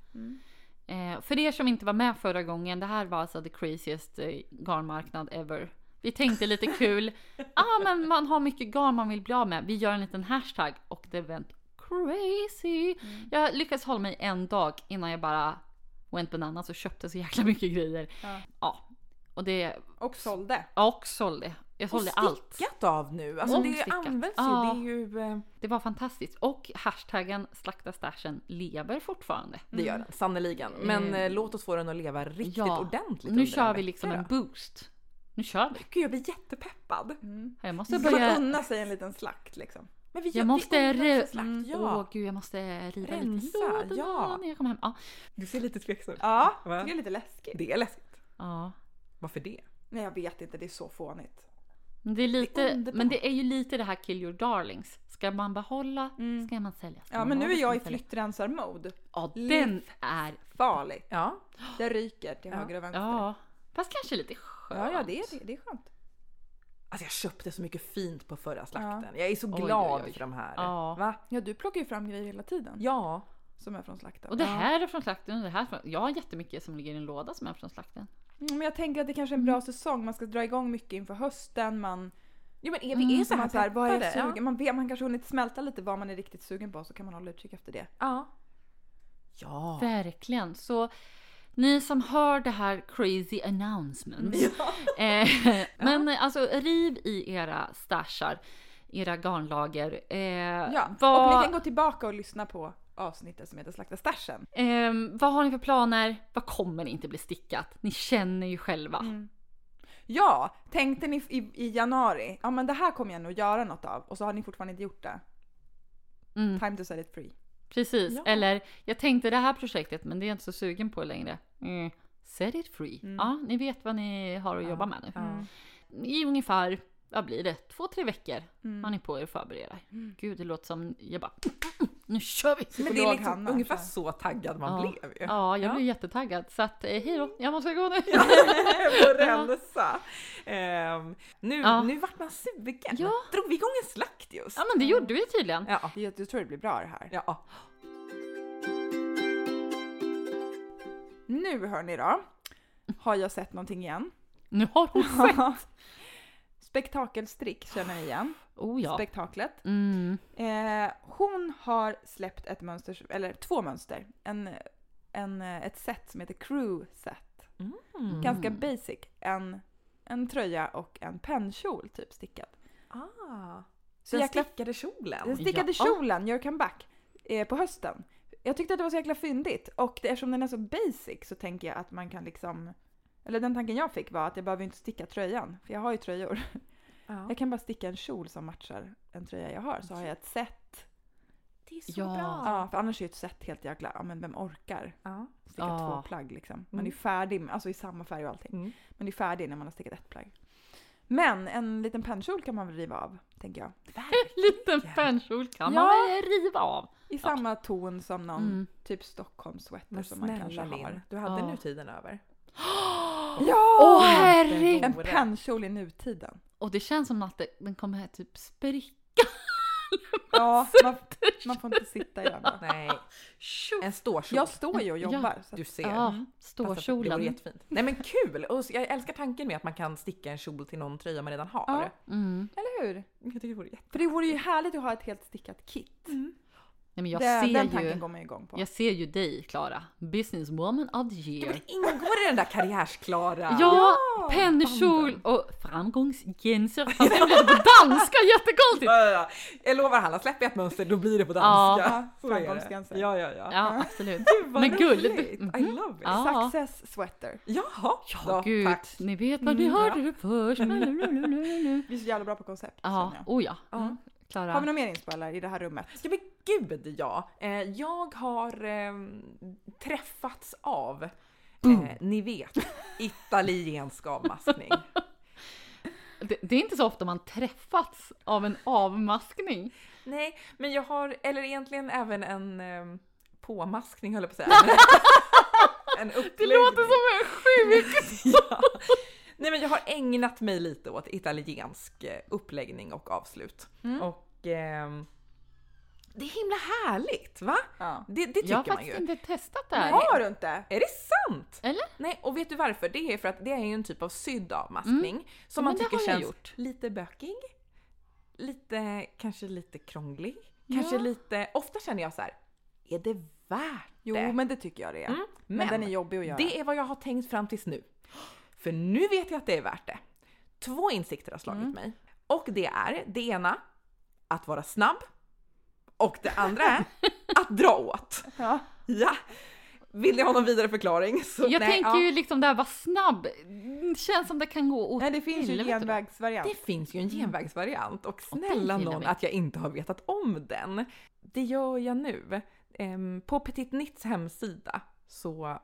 A: Eh, för er som inte var med förra gången, det här var alltså the craziest eh, garnmarknad ever. Vi tänkte lite kul, ah, men man har mycket garn man vill bli av med. Vi gör en liten hashtag och det went crazy. Jag lyckades hålla mig en dag innan jag bara Went Bananas och köpte så jäkla mycket grejer.
B: Ja.
A: Ja. Och det,
B: Och sålde.
A: ja, och sålde. Jag
C: Och
A: sålde allt.
C: stickat av nu. Alltså
A: Och
C: det
A: stickat.
C: används ju.
A: Ja.
C: Det är ju... eh,
A: Det var fantastiskt. Och hashtaggen slakta stashen lever fortfarande.
C: Det gör den sannerligen. Men
A: Mm.
C: eh, låt oss få den att leva riktigt
A: Ja.
C: ordentligt.
A: Nu
C: under
A: kör
C: en
A: vi
C: vecka
A: liksom
C: då.
A: en boost. Nu kör vi.
C: Gud, jag blir jättepeppad.
B: Mm.
A: Jag måste
B: Så kan man
A: börja.
B: unna sig en liten slakt liksom.
C: Men vi,
A: Jag
C: vi
A: måste...
C: undrar
A: re-
C: oss slakt,
A: Mm,
C: ja.
A: Åh gud, jag måste riva lite
C: Rensa,
A: lådorna
C: ja.
A: när jag kommer hem. Ja.
C: Du ser lite tveksam ut.
B: Ja,
C: Va?
B: det är lite läskigt.
C: Det är läskigt.
A: ja.
C: Varför det?
B: Nej jag vet inte, det är så fånigt.
A: Men det, är lite,
C: underbart.
A: men det är ju lite det här kill your darlings. Ska man behålla, ska man sälja. Ska
B: Ja
A: man
B: men nu
A: behålla,
B: är
A: ska
B: jag
A: man
B: i
A: sälja.
B: flyttrensar-mode.
A: Ja, den är...
B: Farligt.
C: Ja,
B: Det ryker till
C: Ja.
B: höger och vänster.
A: Ja. Fast kanske lite skönt.
B: ja, ja, det, är, det, det är skönt.
C: Alltså jag köpte så mycket fint på förra slakten. Jag är så glad
A: oj, oj.
C: för de här.
A: Ja.
C: Va?
B: Ja, du plockar ju fram grejer hela tiden
C: Ja.
B: som är från slakten.
A: Och det
B: Ja.
A: här är från slakten och det här är från... Jag har jättemycket som ligger i en låda som är från slakten.
B: Mm, Men jag tänker att det kanske är en bra säsong. Man ska dra igång mycket inför hösten. Man, Mm,
C: Jo men är vi är så här
B: man, så här, vad är jag
C: peppade.
B: sugen? Man, vet, man kanske hunnit smälta lite vad man är riktigt sugen på så kan man hålla utkik efter det.
C: Ja. Ja. ja.
A: Verkligen. Så ni som hör det här crazy announcement. Eh, men eh, alltså riv i era stashar, era garnlager. Eh,
B: Ja.
A: vad,
B: Och ni kan gå tillbaka och lyssna på avsnittet som heter Slakta stashen.
A: ehm, vad har ni för planer? Vad kommer inte bli stickat? Ni känner ju själva.
B: Mm. Ja, tänkte ni i, i januari, ja men det här kommer jag nog göra något av och så har ni fortfarande inte gjort det.
A: Mm.
B: Time to set it free.
A: Precis.
C: Ja.
A: Eller jag tänkte det här projektet men det är jag inte så sugen på längre. Mm. Set it free.
B: Mm.
A: Ja, ni vet vad ni har att jobba med nu. I ungefär, vad blir det, två, tre veckor
B: Mm.
A: har ni på er att förbereda er. Gud, det låter som, jag bara, "Mm, nu kör vi!
C: Men det är
B: Psykolog
C: liksom
B: Hanna,
C: ungefär
B: så här.
C: så taggad man blev ju.
A: Ja, jag blev jättetaggad. Så att, eh, hej då, jag måste gå nu.
C: För rensa. Ehm, nu,
A: Ja.
C: nu vart man sugen.
A: Ja.
C: Drog vi igång en slakt just?
A: Ja, men det gjorde vi tydligen.
C: Ja.
B: Jag jag tror det blir bra det här.
C: ja.
B: Nu hörni då, har jag sett någonting igen.
A: Nu har hon sett.
B: Spektakelstrick känner ni igen.
A: Oh ja.
B: Spektaklet.
A: Mm.
B: Eh, hon har släppt ett mönster, eller två mönster. En, en, eh, ett set som heter crew set.
C: Mm.
B: Ganska basic. En, en tröja och en pennkjol typ stickad.
C: Ah.
B: Så
C: Så den
B: jäkla-
C: stickade kjolen?
B: Den stickade
A: Ja.
B: kjolen, your comeback, eh, på hösten. Jag tyckte att det var så jäkla fyndigt och det, eftersom den är så basic så tänker jag att man kan liksom eller den tanken jag fick var att jag behöver inte sticka tröjan, för jag har ju tröjor.
C: Ja.
B: Jag kan bara sticka en kjol som matchar en tröja jag har, så har jag ett set.
C: Det är så
A: Ja.
C: bra.
B: Ja, för annars är ju ett set helt jäkla, ja men vem orkar
C: Ja.
B: sticka
A: Ja.
B: två plagg liksom? Man är
C: Mm.
B: ju färdig, med- alltså i samma färg och allting.
C: Mm.
B: Man är ju färdig när man har stickat ett plagg. Men en liten pennkjol kan man väl riva av, tänker jag.
A: Liten pennkjol kan man
B: Ja.
A: väl riva av.
B: I samma ton som någon
A: Mm.
B: typ Stockholm-sweater
C: Men
B: som man kanske
C: snälla
B: har.
C: Linn, du hade
A: Ja.
C: nu tiden över.
B: Ja!
A: Åh herregud!
B: en
C: vore-
B: pennkjol i nutiden.
A: Och det känns som att det- den kommer här typ spricka.
B: Ja, man, man får inte sitta i den. då.
C: Nej, en ståkjol.
B: Jag står ju och jobbar. Så att,
C: Du ser.
A: Ja,
C: Fast att Det vore
A: ståkjolen.
C: jättefint. Nej men kul! Och så- jag älskar tanken med att man kan sticka en kjol till någon tröja man redan har.
B: Ja.
A: Mm.
B: eller hur?
C: Jag tycker det vore jätte...
B: För det vore ju härligt att ha ett helt stickat kit.
A: Nej, men Mm. jag,
B: det, den
A: ser
B: tanken
A: ju,
B: går man ju igång på.
A: jag ser ju dig Klara, businesswoman of the
C: Ja,
A: year.
C: men det ingår i den där karriärsklara.
A: Ja, pennkjol och framgångsgenser. Fast nu blev det på danska, jättekonstigt!
C: Ja, Jag lovar Hanna, släpper jag ett mönster då blir det på danska.
B: Ja,
C: Så är det.
B: framgångsgränser.
C: Ja, ja, ja.
A: Ja, absolut.
C: Gud, vad
A: Men guld. Mm-hmm.
C: roligt. I love it.
A: Ja.
B: Success sweater.
C: Jaha.
A: Ja, gud,
C: tack.
A: ni vet vad ni
C: Mm,
A: hörde
C: ja.
A: det först. Lalalalalala.
B: Vi är så jävla bra på koncept.
A: Ja,
B: känner jag.
A: oh ja. Mm.
C: Ja.
A: Klara.
B: Har vi några mer inspelare i det här rummet?
C: Ja men gud ja! Eh, jag har eh, träffats av,
A: Mm.
C: eh, ni vet, italiensk avmaskning.
A: Det, det är inte så ofta man träffats av en avmaskning.
C: Nej, men jag har, eller egentligen även en eh, påmaskning höll jag på att säga. en uppläggning.
A: Det låter som en sjuk...
C: ja. Nej men jag har ägnat mig lite åt italiensk eh, uppläggning och avslut.
A: Mm.
C: Och ehm, det är himla härligt va?
B: Ja.
C: Det, det
A: Jag har
C: tycker man ju.
A: faktiskt inte testat det här.
B: Har du inte?
C: Är det sant?
A: Eller?
C: Nej, och vet du varför? Det är för att det är ju en typ av sydd avmaskning som
A: Mm. Ja, men
C: man
A: det
C: tycker
A: har jag
C: känns
A: gjort.
C: lite bökig, lite, kanske lite krånglig, kanske
A: Ja.
C: lite, ofta känner jag så här, är det värt
B: Jo,
C: det.
B: men det tycker jag det är.
C: Mm,
B: Men, den är jobbig att göra.
C: det är vad jag har tänkt fram tills nu. För nu vet jag att det är värt det. Två insikter har slagit
A: Mm.
C: mig. Och det är det ena, att vara snabb. Och det andra är att dra åt.
B: Ja.
C: Ja! Vill ni ha någon vidare förklaring? Så,
A: Jag
C: nej,
A: tänker
C: ja.
A: ju liksom det här var snabb. Känns som det kan gå åt
B: Nej, det finns ju
A: helvete då.
B: genvägsvariant.
C: Det finns ju en genvägsvariant och
A: den
C: snälla
A: gillar
C: någon
A: vi.
C: att jag inte har vetat om den. Det gör jag nu. Ehm, På Petit Nits hemsida så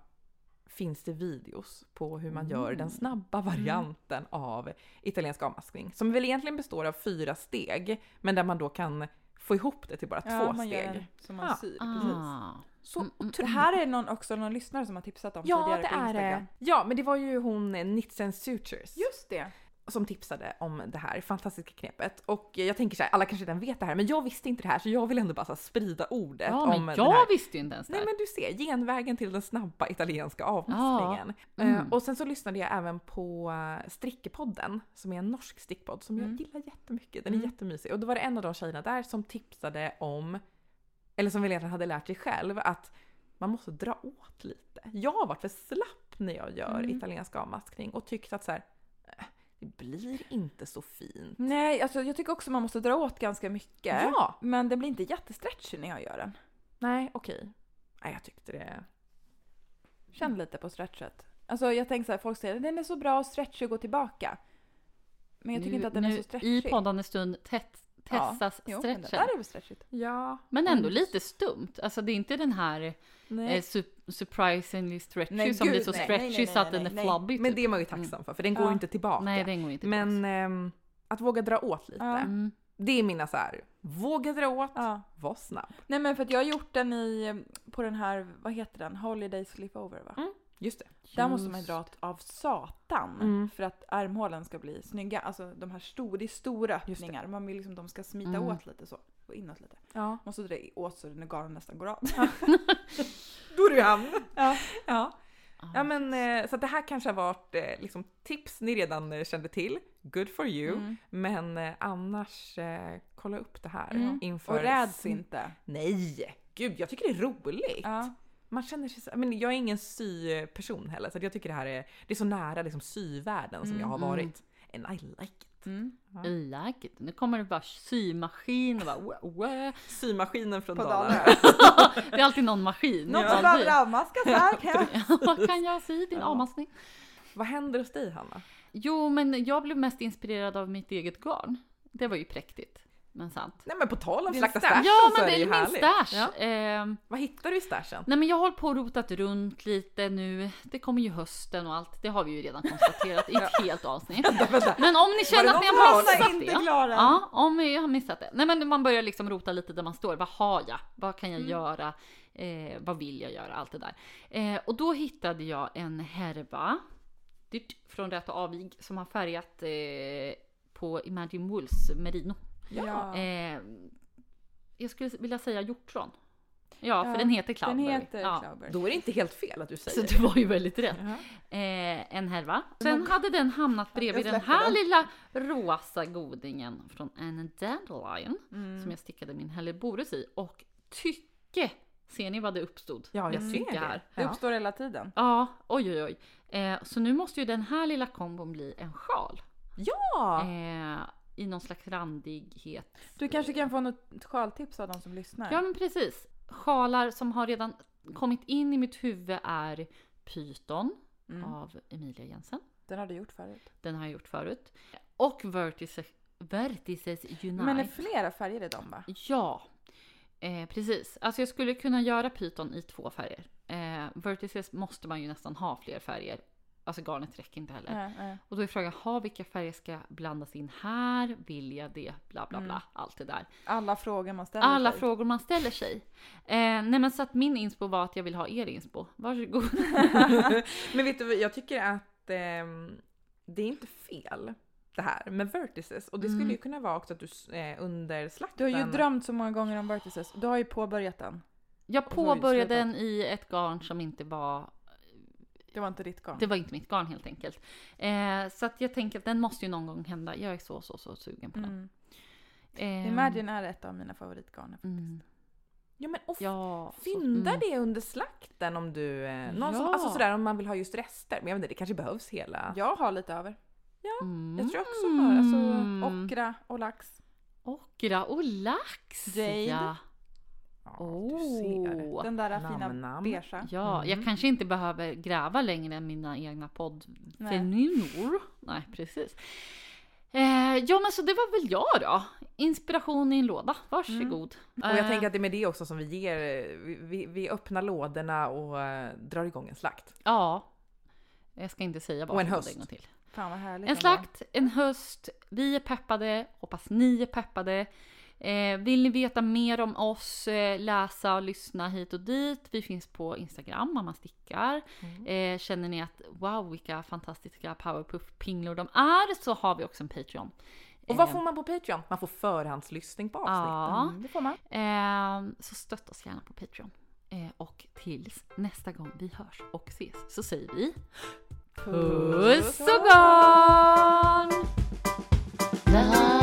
C: finns det videos på hur man gör den snabba varianten av italiensk avmaskning. Som väl egentligen består av fyra steg, men där man då kan få ihop det till bara två
B: man gör
C: steg.
B: en som man
C: Ja.
B: syr. Precis.
A: Ah.
C: Så
B: Det här är någon, också någon lyssnare som har tipsat om
C: Ja,
B: tidigare
C: det
B: på
C: är
B: Instagram.
C: det. Ja, men det var ju hon eh, Knits and Sutures.
B: Just det.
C: som tipsade om det här fantastiska knepet. Och jag tänker så här, alla kanske redan vet det här, men jag visste inte det här så jag vill ändå bara så här sprida ordet
A: Ja,
C: om
A: men
C: det här.
A: jag visste ju inte ens det
C: Nej
A: här.
C: men du ser, genvägen till den snabba italienska avmaskningen.
A: Mm.
C: Eh, och sen så lyssnade jag även på eh, Strickepodden som är en norsk stickpodd som
B: Mm.
C: jag gillar jättemycket. Den är
B: Mm.
C: jättemysig. Och då var det en av de tjejerna där som tipsade om, eller som väl egentligen hade lärt sig själv, att man måste dra åt lite. Jag har varit för slapp när jag gör
B: Mm.
C: italiensk avmaskning och tyckt att så här, "Eh, det blir inte så fint.
B: Nej, alltså jag tycker också man måste dra åt ganska mycket.
C: Ja!
B: Men den blir inte jättestretchig när jag gör den.
C: Nej, okej. Nej, jag tyckte det...
B: Känn lite på stretchet. Alltså jag tänker så här, folk säger den är så bra och stretchig och gå tillbaka. Men jag tycker inte att den
A: nu,
B: är så stretchig.
A: I poddande stund tät,
B: Ja.
A: testas
B: Jo, men den
A: stretchen.
B: där är väl stretchigt.
C: Ja.
A: Men ändå
C: Mm.
A: lite stumt. Alltså det är inte den här eh, su- surprisingly stretchy
B: Nej,
A: som
B: gud,
A: blir så
B: nej,
A: stretchy
B: nej, nej,
A: så att
B: nej,
A: den är
B: nej.
A: flabby.
C: Men
A: typ.
C: det är man ju tacksam för, för den går
B: Ja.
C: ju inte tillbaka.
A: Nej, den går inte
C: Men
A: tillbaks.
C: ehm, att våga dra åt lite.
B: Ja.
A: Mm.
C: Det är mina så här. våga dra åt,
B: Ja.
C: var snabb.
B: Nej men för att jag har gjort den i, på den här, vad heter den? Holiday Slipover va?
C: Mm. Just det.
B: Där måste man ju
A: Just.
B: dra åt av satan
C: Mm.
B: för att armhålan ska bli snygga. Alltså de här stora, det är stora
C: Just det.
B: öppningar. Man vill liksom, de ska smita
A: Mm.
B: åt lite så. Och inåt lite.
C: Ja.
B: Måste dra åt så när garnen nästan går av.
C: Då är du i hamn.
B: Ja.
C: ja.
A: Ja.
C: Ja, men, eh, så att det här kanske har varit eh, liksom, tips ni redan eh, kände till. Good for you.
B: Mm.
C: Men eh, annars, eh, kolla upp det här
B: Mm.
C: inför...
B: Och räds inte.
C: Nej! Gud, jag tycker det är roligt.
B: Ja.
C: Man känner sig så, men jag är ingen syperson heller så att jag tycker det här är, det är så nära liksom, syvärlden som jag har
A: Mm.
C: varit. And I like it.
B: Mm.
A: I like it. Nu kommer det bara symaskin och bara, wah, wah.
C: Symaskinen från
B: På
C: Dalarna.
B: Dalarna.
A: Det är alltid någon maskin.
B: Någon
A: Någon
B: som
A: syr.
B: behöver avmaskas här kan jag.
A: Ja, kan jag sy din
C: Ja.
A: avmaskning?
C: Vad händer hos dig Hanna?
A: Jo, men jag blev mest inspirerad av mitt eget garn. Det var ju präktigt, men sant.
C: Nej men på tal om
B: Din
C: slakta
B: stash.
C: stashen
A: Ja,
C: så
A: men
C: är
A: det är
C: ju
A: ju min
C: härligt.
A: stash.
C: Ja.
A: Ehm,
C: Vad hittar du i stashen?
A: Nej men jag har hållit på och rotat runt lite nu. Det kommer ju hösten och allt. Det har vi ju redan konstaterat i ett helt avsnitt. Men om ni känner att ni
C: någon
A: har
B: Passa
C: som
A: missat
B: inte
A: det.
B: Klara.
A: Ja, om jag har missat det. Nej men man börjar liksom rota lite där man står. Vad har jag? Vad kan jag
B: Mm.
A: göra? Eh, vad vill jag göra? Allt det där. Eh, och då hittade jag en härva dyrt, från Rätt och Avig som har färgat eh, på Imagine Wools merino.
B: Ja.
A: Eh, jag skulle vilja säga hjortron. Ja,
B: Ja,
A: för den heter
B: Den
A: Cloudberry.
B: heter
A: ja.
B: Cloudberry.
C: Då är det inte helt fel att du
A: Så
C: säger det.
A: det var ju väldigt rätt.
C: Ja.
A: Eh, en härva. Sen hade den hamnat bredvid
B: jag
A: den
B: släpper
A: här
B: den.
A: lilla rosa godingen från Anne Dandelion
B: Mm.
A: som jag stickade min helleborus i och tycke! Ser ni vad det uppstod?
C: Ja, jag
A: Med
C: ser
A: tycke
C: det.
A: här.
B: Det
C: Ja.
B: uppstår hela tiden.
A: Ja, oj oj oj. Eh, så nu måste ju den här lilla kombon bli en sjal.
C: Ja.
A: Eh, I någon slags randighet.
B: Du kanske kan få något sjaltips av de som lyssnar.
A: Ja men precis. Sjalar som har redan kommit in i mitt huvud är Python
B: Mm.
A: av Emilia Jensen.
B: Den har du gjort förut.
A: Den har jag gjort förut. Och Vertices, Vertices Unite.
B: Men det är flera färger i dem va?
A: Ja, eh, precis. Alltså jag skulle kunna göra pyton i två färger. Eh, vertices måste man ju nästan ha fler färger. Alltså garnet räcker inte heller.
B: Nej, nej.
A: Och då är frågan, ha vilka färger ska blandas in här? Vill jag det? Bla bla bla.
B: Mm.
A: Allt det där.
B: Alla frågor man ställer
A: Alla
B: sig.
A: frågor man ställer sig. Eh, nej men så att min inspo var att jag vill ha er inspo. Varsågod.
C: men vet du vad, jag tycker att ehm, det är inte fel det här med vertices. Och det skulle
A: Mm.
C: ju kunna vara också att du eh, under
B: Du
C: slakten...
B: har ju drömt så många gånger om Vertices. Du har ju påbörjat den.
A: Jag
C: så har vi
A: påbörjade
C: slutat.
A: den i ett garn som inte var
B: Det var inte ditt garn.
A: Det var inte mitt garn helt enkelt. Eh, så att jag tänker att den måste ju någon gång hända. Jag är så, så, så sugen på den.
B: Mm.
A: Eh,
B: Imagine är ett av mina favoritgarn.
A: Mm.
C: Ja men och
A: Ja. så-
C: fynda
A: mm.
C: det under slakten om du... Eh, någon som,
A: Ja.
C: alltså sådär om man vill ha just rester. Men jag vet inte, det kanske behövs hela.
B: Jag har lite över.
A: Mm.
C: Jag tror jag också
B: Bara,
C: har.
B: alltså,
A: Mm.
B: ockra och lax.
C: Mm.
A: Ockra och lax!
B: Jade.
A: Ja,
C: Ja, du ser.
A: Åh.
B: Den där fina
C: Namnnamn.
B: beigea.
A: ja
C: Mm.
A: jag kanske inte behöver gräva längre än mina egna poddfenynor. Nej, precis. Eh, ja, men så det var väl jag då. Inspiration i en låda. Varsågod.
C: Mm. Och jag
A: Eh,
C: tänker att det är med det också som vi ger, eh, vi, vi, vi öppnar lådorna och eh, drar igång en slakt.
A: Eh, Ja. Jag ska inte säga bara
C: Och en
A: för
C: höst.
A: någonting till.
B: Fan vad härligt.
A: En
B: den var.
A: slakt, en höst. Vi är peppade. Hoppas ni är peppade. Eh, vill ni veta mer om oss, eh, läsa och lyssna hit och dit. Vi finns på Instagram, Mamma Stickar.
C: Mm.
A: Eh, känner ni att wow vilka fantastiska powerpuff-pinglor de är så har vi också en Patreon.
C: Och
A: Eh.
C: vad får man på Patreon? Man får förhandslyssning på avsnitten.
A: Ja.
B: Mm, det får man.
C: Mm.
A: Ehm, så stötta oss gärna på Patreon. Eh, och tills nästa gång vi hörs och ses så säger vi Puss och garn!